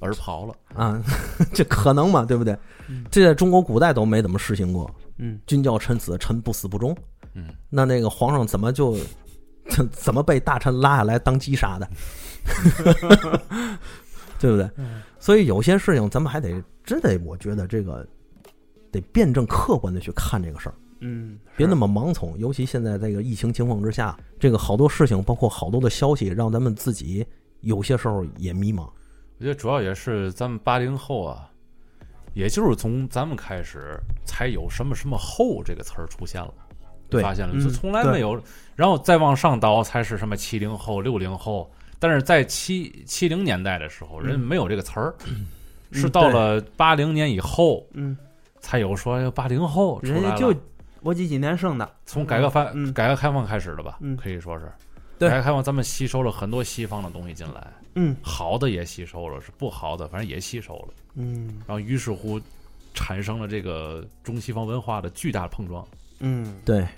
Speaker 2: 而刨了，
Speaker 1: 啊， 这可能吗？对不对
Speaker 3: 嗯？
Speaker 1: 这在中国古代都没怎么实行过。
Speaker 3: 嗯
Speaker 1: 君叫臣死，臣不死不忠。
Speaker 2: 嗯，
Speaker 1: 那那个皇上怎么就 怎怎么被大臣拉下来当鸡杀的？ 对不对？所以有些事情咱们还得真得，我觉得这个得辩证客观的去看这个事儿，
Speaker 3: 嗯，
Speaker 1: 别那么盲从。尤其现在这个疫情情况之下，这个好多事情，包括好多的消息，让咱们自己有些时候也迷茫。
Speaker 2: 我觉得主要也是咱们八零后啊，也就是从咱们开始才有什么什么后这个词儿出现了，
Speaker 1: 对
Speaker 2: 发现了
Speaker 3: 嗯
Speaker 2: 就从来没有，然后再往上倒才是什么七零后、六零后，但是在七七零年代的时候，
Speaker 3: 嗯
Speaker 2: 人没有这个词儿，是到了八零年以后
Speaker 3: 嗯，
Speaker 2: 才有说哎八零后出来
Speaker 3: 人
Speaker 2: 了
Speaker 3: 家就我几几年生的，
Speaker 2: 从改革发
Speaker 3: 嗯
Speaker 2: 改革开放开始的吧
Speaker 3: 嗯，
Speaker 2: 可以说是
Speaker 3: 对
Speaker 2: 改革开放咱们吸收了很多西方的东西进来，
Speaker 3: 嗯
Speaker 2: 好的也吸收了，是不好的反正也吸收了，
Speaker 3: 嗯
Speaker 2: 然后于是乎产生了这个中西方文化的巨大碰撞。
Speaker 3: 嗯，
Speaker 1: 对，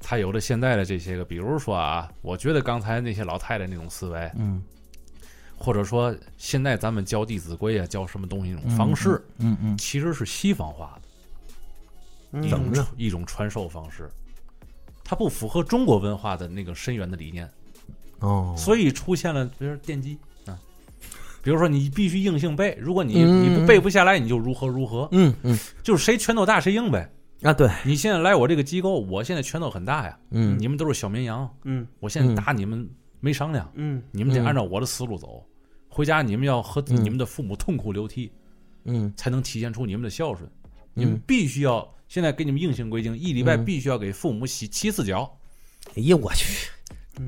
Speaker 2: 才有了现在的这些个，比如说啊，我觉得刚才那些老太太那种思维，
Speaker 1: 嗯
Speaker 2: 或者说现在咱们教《弟子规》啊，教什么东西那种方式，
Speaker 1: 嗯嗯，
Speaker 2: 其实是西方化的一
Speaker 1: 怎么
Speaker 2: 种
Speaker 1: 呢
Speaker 2: 一种传授方式，它不符合中国文化的那个深远的理念，
Speaker 1: 哦，
Speaker 2: 所以出现了比如说电击啊，比如说你必须硬性背，如果你
Speaker 1: 嗯
Speaker 2: 你不背不下来，你就如何如何，
Speaker 1: 嗯嗯
Speaker 2: 就是谁拳头大谁硬呗。
Speaker 1: 啊，对，
Speaker 2: 你现在来我这个机构，我现在拳头很大呀，
Speaker 1: 嗯
Speaker 2: 你们都是小绵羊，
Speaker 3: 嗯
Speaker 2: 我现在打你们没商量。
Speaker 3: 嗯
Speaker 2: 你们得
Speaker 1: 嗯
Speaker 2: 按照我的思路走，回家你们要和
Speaker 1: 嗯
Speaker 2: 你们的父母痛哭流涕，
Speaker 1: 嗯
Speaker 2: 才能体现出你们的孝顺。你们
Speaker 1: 嗯，
Speaker 2: 必须要现在给你们硬性规定，一礼拜
Speaker 1: 嗯
Speaker 2: 必须要给父母洗七次脚，
Speaker 1: 哎呀，我去，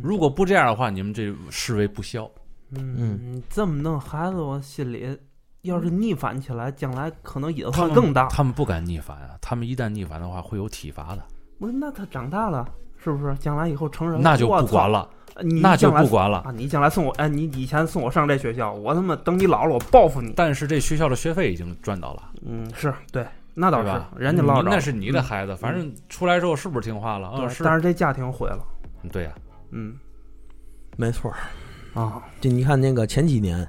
Speaker 2: 如果不这样的话，你们这视为不孝。
Speaker 1: 嗯
Speaker 3: 嗯，你这么弄孩子，我心里要是逆反起来，将来可能隐
Speaker 2: 他
Speaker 3: 患
Speaker 2: 们
Speaker 3: 更大。
Speaker 2: 他们不敢逆反啊，他们一旦逆反的话会有体罚的，
Speaker 3: 不是，那他长大了是不是？将来以后成人了
Speaker 2: 那就不管
Speaker 3: 了。
Speaker 2: 了，
Speaker 3: 呃你
Speaker 2: 那就
Speaker 3: 将来
Speaker 2: 不管了。
Speaker 3: 啊！你将来送我，哎，你以前送我上这学校，我他妈等你老了，我报复你。
Speaker 2: 但是这学校的学费已经赚到了，
Speaker 3: 嗯，是对，那倒
Speaker 2: 对吧
Speaker 3: 是，人家捞
Speaker 2: 你
Speaker 3: 着。嗯
Speaker 2: 那是你的孩子，反正出来之后是不是听话了？
Speaker 3: 对啊
Speaker 2: 嗯，是，
Speaker 3: 但是这家庭毁了。
Speaker 2: 对呀，
Speaker 3: 嗯
Speaker 1: 没错儿，
Speaker 3: 啊
Speaker 1: 就你看那个前几年。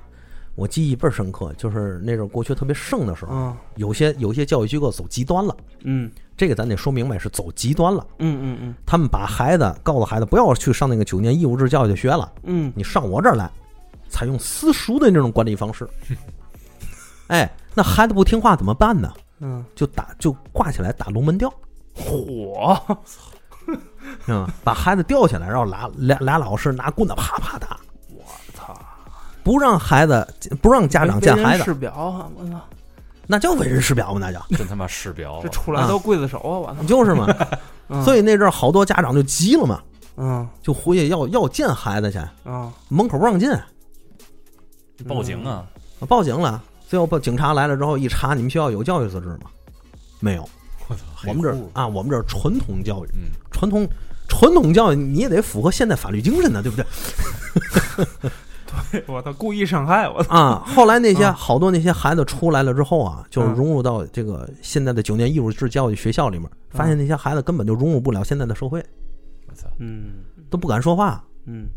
Speaker 1: 我记忆倍儿深刻，就是那阵儿国学特别盛的时候，
Speaker 3: 啊
Speaker 1: 有些有些教育机构走极端了，
Speaker 3: 嗯
Speaker 1: 这个咱得说明白是走极端了。
Speaker 3: 嗯嗯
Speaker 1: 他们把孩子告诉孩子不要去上那个九年义务制教育的学了，
Speaker 3: 嗯
Speaker 1: 你上我这儿来，采用私塾的那种管理方式。哎，那孩子不听话怎么办呢？
Speaker 3: 嗯嗯，
Speaker 1: 就打就挂起来打龙门吊，
Speaker 3: 火，
Speaker 1: 嗯，把孩子吊起来，然后俩俩俩老师拿棍子啪啪打，
Speaker 3: 我 操！
Speaker 1: 不让孩子不让家长见
Speaker 3: 哎为人
Speaker 1: 孩子，
Speaker 3: 世表啊，我操！
Speaker 2: 哦
Speaker 1: 那叫为人师表吗？那叫
Speaker 2: 真他妈世表
Speaker 3: 这
Speaker 2: 啊！
Speaker 3: 出来都刽子手啊，我操！
Speaker 1: 就是嘛。
Speaker 3: 嗯
Speaker 1: 所以那阵儿好多家长就急了嘛，
Speaker 3: 嗯
Speaker 1: 就回去要要见孩子去，
Speaker 3: 嗯，
Speaker 1: 门口不让进，
Speaker 2: 报警啊！
Speaker 1: 报警了。最后报警察来了之后一查，你们学校有教育资质吗？没有，
Speaker 2: 我操，
Speaker 1: 我们这儿
Speaker 2: 黑户
Speaker 1: 啊，我们这儿传统教育，
Speaker 2: 嗯，
Speaker 1: 传统传统教育你也得符合现代法律精神呢，对不对？
Speaker 3: 我操，故意伤害我操！
Speaker 1: 啊，后来那
Speaker 2: 嗯
Speaker 1: 些
Speaker 3: 啊
Speaker 1: 好多那些孩子出来了之后啊，就是
Speaker 3: 嗯
Speaker 1: 融入到这个现在的九年义务制教育学校里面，发
Speaker 2: 嗯
Speaker 1: 现那些孩子根本就融入不了现在的社会，
Speaker 2: 我操，
Speaker 3: 嗯
Speaker 1: 都不敢说话，
Speaker 3: 嗯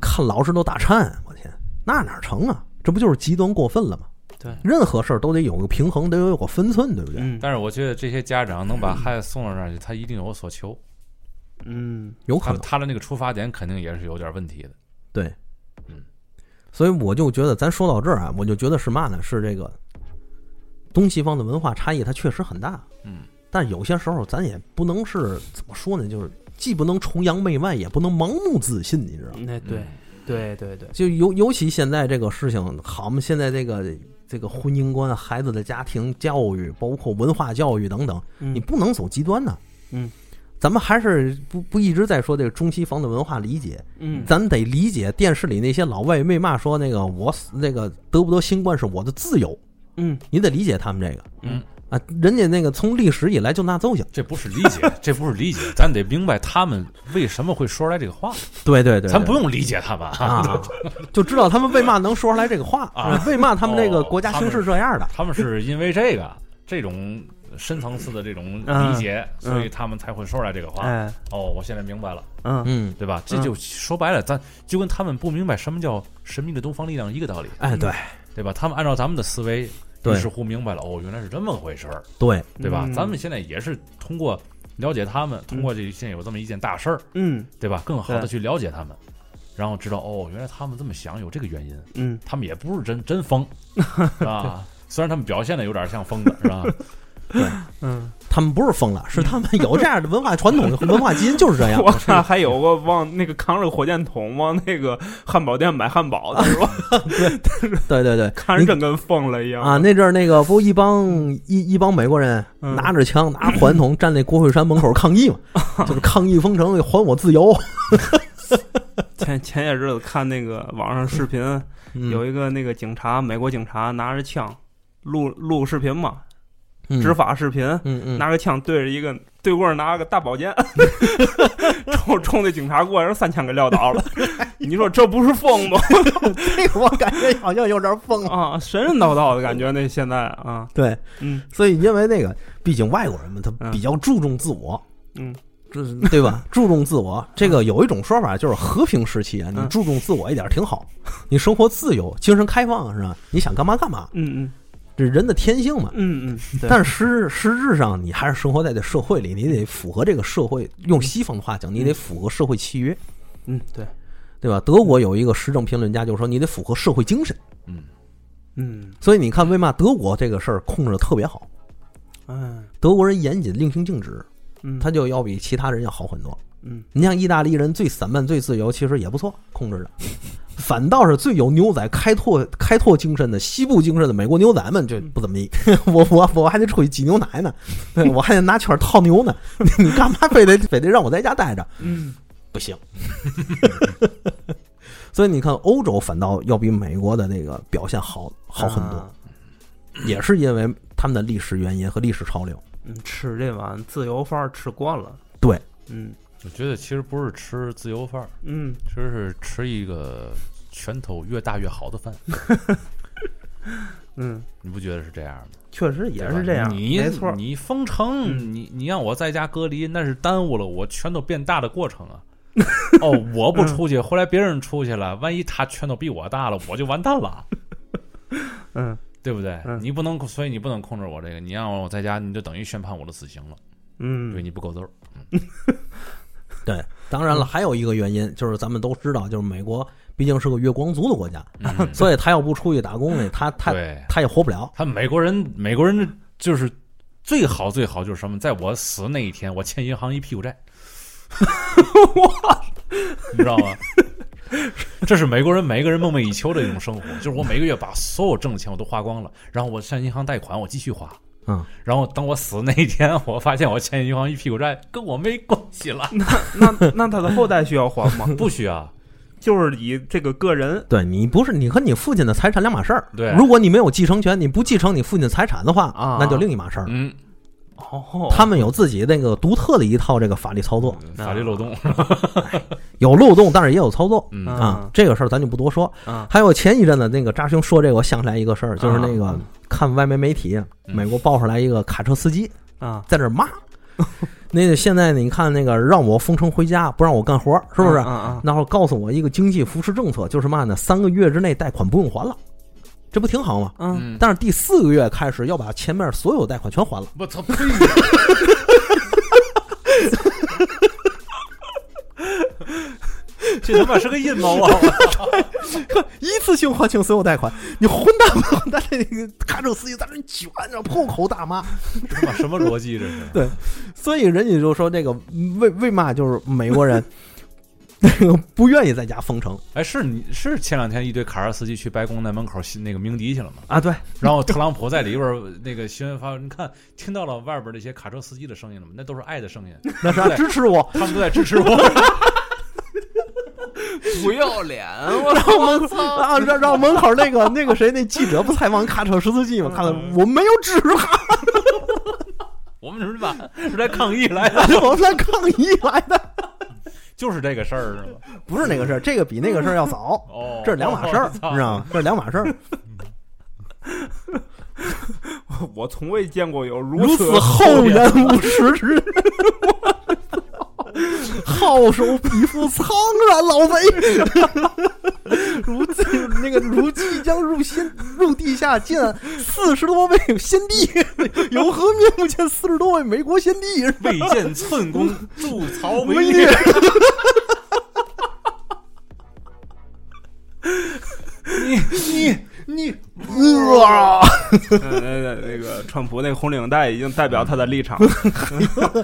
Speaker 1: 看老师都打颤，我天，那哪成啊？这不就是极端过分了吗？
Speaker 3: 对
Speaker 1: 任何事儿都得有个平衡，得有个分寸，对不对？
Speaker 3: 嗯
Speaker 2: 但是我觉得这些家长能把孩子送到那儿去，他一定有所求，
Speaker 3: 嗯
Speaker 1: 有可
Speaker 2: 他
Speaker 1: 能，
Speaker 2: 他的那个出发点肯定也是有点问题的。
Speaker 1: 对
Speaker 2: 嗯，
Speaker 1: 所以我就觉得，咱说到这儿啊，我就觉得是嘛呢？是这个东西方的文化差异，它确实很大。
Speaker 2: 嗯，
Speaker 1: 但有些时候咱也不能是怎么说呢，就是既不能崇洋媚外，也不能盲目自信，你知道吗？
Speaker 3: 那哎
Speaker 2: 嗯
Speaker 3: 对对对对，
Speaker 1: 就尤尤其现在这个事情，好嘛，现在这个这个婚姻观、孩子的家庭教育，包括文化教育等等，
Speaker 3: 嗯
Speaker 1: 你不能走极端呢。
Speaker 3: 嗯，
Speaker 1: 咱们还是不不一直在说这个中西方的文化理解，
Speaker 3: 嗯
Speaker 1: 咱得理解电视里那些老外为嘛说那个我死那个得不得新冠是我的自由，
Speaker 3: 嗯
Speaker 1: 你得理解他们这个。
Speaker 2: 嗯
Speaker 1: 啊，人家那个从历史以来就那揍性。
Speaker 2: 这不是理解，这不是理解，咱得明白他们为什么会说出来这个话，
Speaker 1: 对对对对
Speaker 2: 咱不用理解他们啊，
Speaker 1: 啊，就知道他们为嘛能说出来这个话
Speaker 2: 啊
Speaker 1: 是吧为嘛他们这个国家形势这样的。
Speaker 2: 他们是因为这个这种深层次的这种
Speaker 3: 嗯
Speaker 2: 理解，所以他们才会说出来这个话。
Speaker 3: 哎
Speaker 2: 哦，我现在明白了，
Speaker 3: 嗯
Speaker 1: 嗯，
Speaker 2: 对吧？这就说白了，咱就跟他们不明白什么叫神秘的东方力量一个道理，
Speaker 1: 哎，对
Speaker 2: 对吧？他们按照咱们的思维，于
Speaker 1: 对
Speaker 2: 是乎明白了，哦，原来是这么回事儿。
Speaker 1: 对，
Speaker 2: 对吧？
Speaker 3: 嗯
Speaker 2: 咱们现在也是通过了解他们，通过这现在有这么一件大事儿，
Speaker 3: 嗯
Speaker 2: 对吧？更好的
Speaker 3: 对
Speaker 2: 去了解他们，然后知道哦，原来他们这么想有这个原因，
Speaker 3: 嗯
Speaker 2: 他们也不是真真疯，是吧？虽然他们表现的有点像疯子，是吧？
Speaker 3: 嗯，
Speaker 1: 他们不是疯了，是他们有这样的文化传统、文化基因就是这样。
Speaker 3: 我看还有个往那个扛着火箭筒往那个汉堡店买汉堡的是吧？
Speaker 1: 对对对，
Speaker 3: 看着真跟疯了一样
Speaker 1: 啊，！那阵儿那个不一帮一一帮美国人
Speaker 3: 嗯
Speaker 1: 拿着枪、拿火箭筒站那国会山门口抗 议嘛，就是抗议封城，还我自由。
Speaker 3: 前前些日子看那个网上视频，
Speaker 1: 嗯
Speaker 3: 有一个那个警察，美国警察拿着枪录录视频嘛，
Speaker 1: 嗯
Speaker 3: 执法视频，
Speaker 1: 嗯 嗯，
Speaker 3: 拿个枪对着一个对过儿拿个大宝剑， 冲冲那警察过来，让三枪给撂倒了。 你说这不是疯吗？
Speaker 1: 这个我感觉好像有点疯了。
Speaker 3: 啊，神神叨叨的感觉，那现在啊，
Speaker 1: 对，
Speaker 3: 嗯
Speaker 1: 所以因为那个，毕竟外国人嘛，他
Speaker 3: 嗯
Speaker 1: 比较注重自我，
Speaker 3: 嗯
Speaker 1: 这是对 吧？注重自我，这个有一种说法就是和平时期啊，你
Speaker 3: 嗯
Speaker 1: 注重自我一点挺好，你生活自由、精神开放是吧？你想干嘛干嘛，
Speaker 3: 嗯
Speaker 1: 这人的天性嘛
Speaker 3: 嗯。嗯嗯，对，
Speaker 1: 但是实实质上，你还是生活在这社会里，你得符合这个社会。用西方的话讲，你得符合社会契约，
Speaker 3: 嗯对，
Speaker 1: 对吧？德国有一个时政评论家就说，你得符合社会精神。
Speaker 2: 嗯，
Speaker 3: 嗯
Speaker 1: 所以你看，为嘛德国这个事儿控制的特别好？
Speaker 3: 嗯
Speaker 1: 德国人严谨、令行禁止，
Speaker 3: 嗯，
Speaker 1: 他就要比其他人要好很多。
Speaker 3: 嗯
Speaker 1: 你像意大利人最散漫、最自由，其实也不错，控制的。反倒是最有牛仔开拓开拓精神的西部精神的美国牛仔们就不怎么地。 我我我还得出去挤牛奶呢，对我还得拿圈套牛呢。 你干嘛非得非得让我在家待着？
Speaker 3: 嗯
Speaker 1: 不行。所以你看，欧洲反倒要比美国的那个表现好好很多，
Speaker 3: 啊
Speaker 1: 也是因为他们的历史原因和历史潮流。
Speaker 3: 嗯，吃这碗自由范儿吃惯了，
Speaker 1: 对，
Speaker 3: 嗯
Speaker 2: 我觉得其实不是吃自由饭儿，
Speaker 3: 嗯
Speaker 2: 其实是吃一个拳头越大越好的饭，
Speaker 3: 嗯，
Speaker 2: 你不觉得是这样吗？
Speaker 3: 确实也
Speaker 2: 对吧
Speaker 3: 是这样，
Speaker 2: 你
Speaker 3: 没错儿，嗯
Speaker 2: 你封城，你你让我在家隔离，那是耽误了我拳头变大的过程 啊。哦，我
Speaker 3: 嗯
Speaker 2: 不出去，后来别人出去了，万一他拳头比我大了，我就完蛋了，
Speaker 3: 嗯
Speaker 2: 对不对？
Speaker 3: 嗯
Speaker 2: 你不能，所以你不能控制我这个。你让我在家，你就等于宣判我的死刑了，因为
Speaker 3: 嗯
Speaker 2: 你不够 揍。
Speaker 1: 对，当然了，还有一个原因就是咱们都知道，就是美国毕竟是个月光族的国家，
Speaker 2: 嗯
Speaker 1: 所以他要不出去打 工呢，他他
Speaker 2: 对
Speaker 1: 他也活不了。
Speaker 2: 他美国人，美国人就是最好最好就是什么，在我死那一天，我欠银行一屁股 债。你知道吗？这是美国人每一个人梦寐以求的一种生活，就是我每个月把所有挣的钱我都花光了，然后我向银行贷款，我继续花。
Speaker 1: 嗯，
Speaker 2: 然后等我死那一天，我发现我欠银行一屁股债，跟我没关系了。
Speaker 3: 那那他的后代需要还 吗？
Speaker 2: 不需要，
Speaker 3: 就是以这个个人，
Speaker 1: 对你不是你和你父亲的财产两码事儿。
Speaker 2: 对
Speaker 1: 如果你没有继承权，你不继承你父亲的财产的话
Speaker 3: 啊，
Speaker 1: 那就另一码事儿。
Speaker 2: 嗯，
Speaker 3: 哦，
Speaker 1: 他们有自己那个独特的一套这个法律操作，
Speaker 2: 嗯法律漏洞。
Speaker 1: 有漏洞，但是也有操作
Speaker 2: 嗯
Speaker 3: 啊
Speaker 1: 啊。这个事儿咱就不多说。
Speaker 3: 啊
Speaker 1: 还有前一阵子那个扎兄说这个，我想起来一个事儿，就是那
Speaker 3: 啊
Speaker 1: 个看外媒媒体，
Speaker 2: 嗯
Speaker 1: 美国爆出来一个卡车司机
Speaker 3: 啊，
Speaker 1: 在那 儿骂。那个现在你看那个让我封城回家，不让我干活儿，是不是？
Speaker 2: 嗯
Speaker 3: 啊啊，
Speaker 1: 然后告诉我一个经济扶持政策，就是嘛呢？三个月之内贷款不用还了，这不挺好吗？
Speaker 3: 啊嗯
Speaker 2: 嗯，
Speaker 1: 但是第四个月开始要把前面所有贷款全还了，
Speaker 2: 我操！呸！ 这他妈是个阴谋啊！
Speaker 1: 一次性还清所有贷款，你混蛋吗？混蛋！那个卡车司机在那卷，然后破口大骂。
Speaker 2: 他妈什么逻辑这是？
Speaker 1: 所以人家就说这个嗯为为嘛就是美国人 那个不愿意在家封城
Speaker 2: 哎，是你是前两天一堆卡车司机去白宫那门口那个鸣笛去了吗？
Speaker 3: 啊，对，
Speaker 2: 然后特朗普在里边儿那个新闻发，你看听到了外边儿那些卡车司机的声音了吗？那都是爱的声音，
Speaker 1: 那是啊
Speaker 2: 对
Speaker 1: 支 持我。
Speaker 2: 他们都在支持我。
Speaker 3: 不要脸，我
Speaker 1: 然后门口啊，让让门口那个那个谁那记者不采访卡车司机吗？
Speaker 2: 嗯
Speaker 1: 看了我没有指挥，
Speaker 2: 我们是吧？是来抗议来的，
Speaker 1: 我们来抗议来的。
Speaker 2: 就是这个事儿是吧？
Speaker 1: 不是那个事儿，这个比那个事儿要早，
Speaker 2: 哦，
Speaker 1: 这是两码事儿，
Speaker 2: 我
Speaker 1: 你
Speaker 2: 操
Speaker 1: 知道吗？这是两码事儿，
Speaker 3: 我从未见过有
Speaker 1: 如
Speaker 3: 此
Speaker 1: 此厚颜无耻之人，好手匹夫，苍然老贼，如今那个如即将入仙入地下见四十多位先帝，有何面目见四十多位美国先帝？
Speaker 2: 未见寸 功，助曹
Speaker 1: 威
Speaker 2: 为虐。，你你
Speaker 1: 你啊！
Speaker 3: 嗯那那那个川普那个红领带已经代表他的立场了。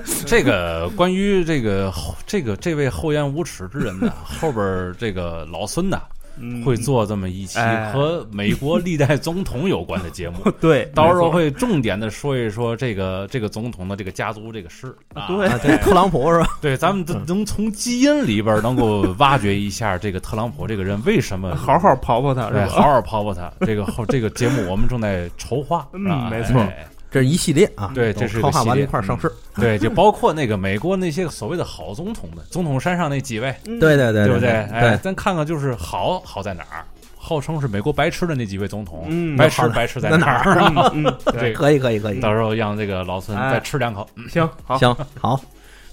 Speaker 2: 这个关于这个这个这位厚颜无耻之 人呢，后边儿这个老孙呐，
Speaker 3: 嗯
Speaker 2: 会做这么一期
Speaker 3: 哎
Speaker 2: 和美国历代总统有关的节目，
Speaker 3: 对，
Speaker 2: 到时候
Speaker 3: 没错
Speaker 2: 会重点的说一说这个这个总统的这个家族这个事啊。
Speaker 3: 对
Speaker 1: 啊，对，特朗普是吧？
Speaker 2: 对，咱们都能从基因里边儿能够挖掘一下这个特朗普这个人为什么
Speaker 3: 好哎好刨刨他，
Speaker 2: 对
Speaker 3: 是
Speaker 2: 好
Speaker 3: 吧？
Speaker 2: 好刨刨他。这个后这个节目我们正在筹划，
Speaker 3: 嗯
Speaker 2: 是吧
Speaker 3: 没错
Speaker 2: 哎
Speaker 1: 这是一系列啊，
Speaker 2: 对
Speaker 1: 都
Speaker 2: 这是一个
Speaker 1: 超话
Speaker 2: 系
Speaker 1: 完了
Speaker 2: 列
Speaker 1: 一块儿上市，
Speaker 2: 对，就包括那个美国那些所谓的好总统们，总统山上那几位，
Speaker 3: 嗯
Speaker 1: 对对对
Speaker 2: 对不
Speaker 1: 对
Speaker 2: 哎，咱看看就是好好在哪儿，号称是美国白痴的那几位总统，
Speaker 3: 嗯
Speaker 2: 白痴
Speaker 1: 好在
Speaker 2: 白痴在
Speaker 1: 在哪
Speaker 2: 儿？
Speaker 3: 嗯嗯
Speaker 1: 对，
Speaker 2: 对，
Speaker 1: 可以可以可以，
Speaker 2: 到时候让这个老孙
Speaker 3: 哎
Speaker 2: 再吃两口。
Speaker 3: 嗯，行好，
Speaker 1: 行好，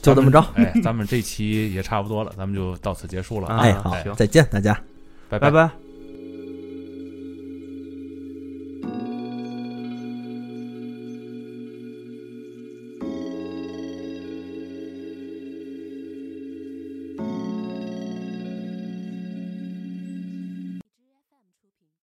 Speaker 1: 就这么着，
Speaker 2: 哎，咱们这期也差不多了，咱们就到此结束了。
Speaker 1: 哎
Speaker 3: 啊
Speaker 1: 好
Speaker 3: 行，
Speaker 1: 再见大家。
Speaker 2: 拜
Speaker 3: 拜
Speaker 2: 拜。
Speaker 3: 拜。